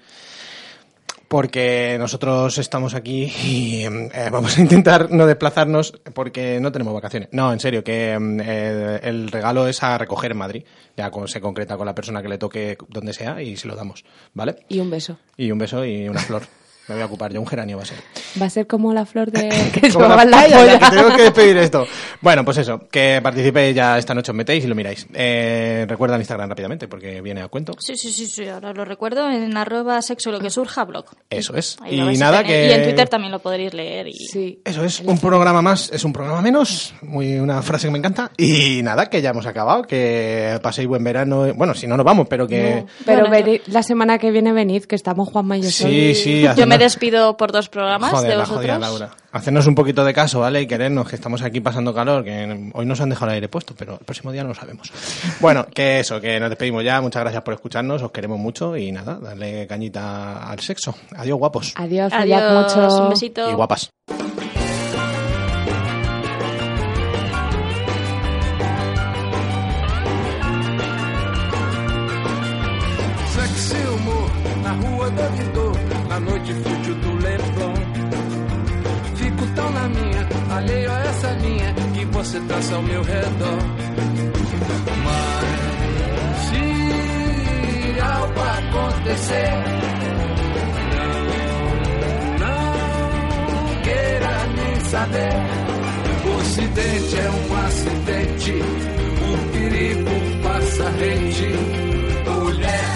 E: Porque nosotros estamos aquí y em, eh, vamos a intentar no desplazarnos porque no tenemos vacaciones. No, en serio, que em, eh, el regalo es a recoger en Madrid. Ya con- se concreta con la persona que le toque donde sea y se lo damos, ¿vale?
G: Y un beso.
E: Y un beso y una flor. Me voy a ocupar yo, un geranio va a ser.
G: Va a ser como la flor de que
E: Como la
G: llevaba la
E: polla, la
G: polla.
E: que tengo que despedir esto. Bueno, pues eso, que participéis ya esta noche, os metéis y lo miráis. Eh, recuerda el Instagram rápidamente porque viene a cuento.
F: Sí, sí, sí, sí, ahora lo recuerdo en arroba sexo lo que surja blog.
E: Eso es.
F: Ahí lo
E: Y
F: vais a
E: nada, que...
F: tener. Y en Twitter también lo podréis leer. Y...
G: Sí.
E: Eso es, un programa más, es un programa menos, muy una frase que me encanta. Y nada, que ya hemos acabado, que paséis buen verano. Bueno, si no nos vamos, pero que...
G: Pero
F: Bueno,
G: veri- la semana que viene venid, que estamos Juanma y yo
E: Sí,
G: solos.
E: sí,
F: Yo
E: hacednos-
F: me despido por dos programas
E: Joder,
F: de
E: la
F: vosotros.
E: jodida Laura. Hacernos un poquito de caso, ¿vale? Y querernos, que estamos aquí pasando calor, que hoy nos han dejado el aire puesto, pero el próximo día no lo sabemos. Bueno, que eso, que nos despedimos ya. Muchas gracias por escucharnos, os queremos mucho y nada, darle cañita al sexo. Adiós, guapos
G: Adiós, follad
F: Adiós,
G: mucho.
F: un besito.
E: y guapas.
H: Sexy humor, na rua da Vitor, na noite fútil do Leblon. você dança ao meu redor. Mas se algo acontecer, não, não queira nem saber. O ocidente é um acidente, o perigo passa rente. Mulher,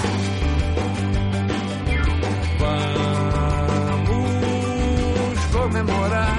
H: vamos comemorar.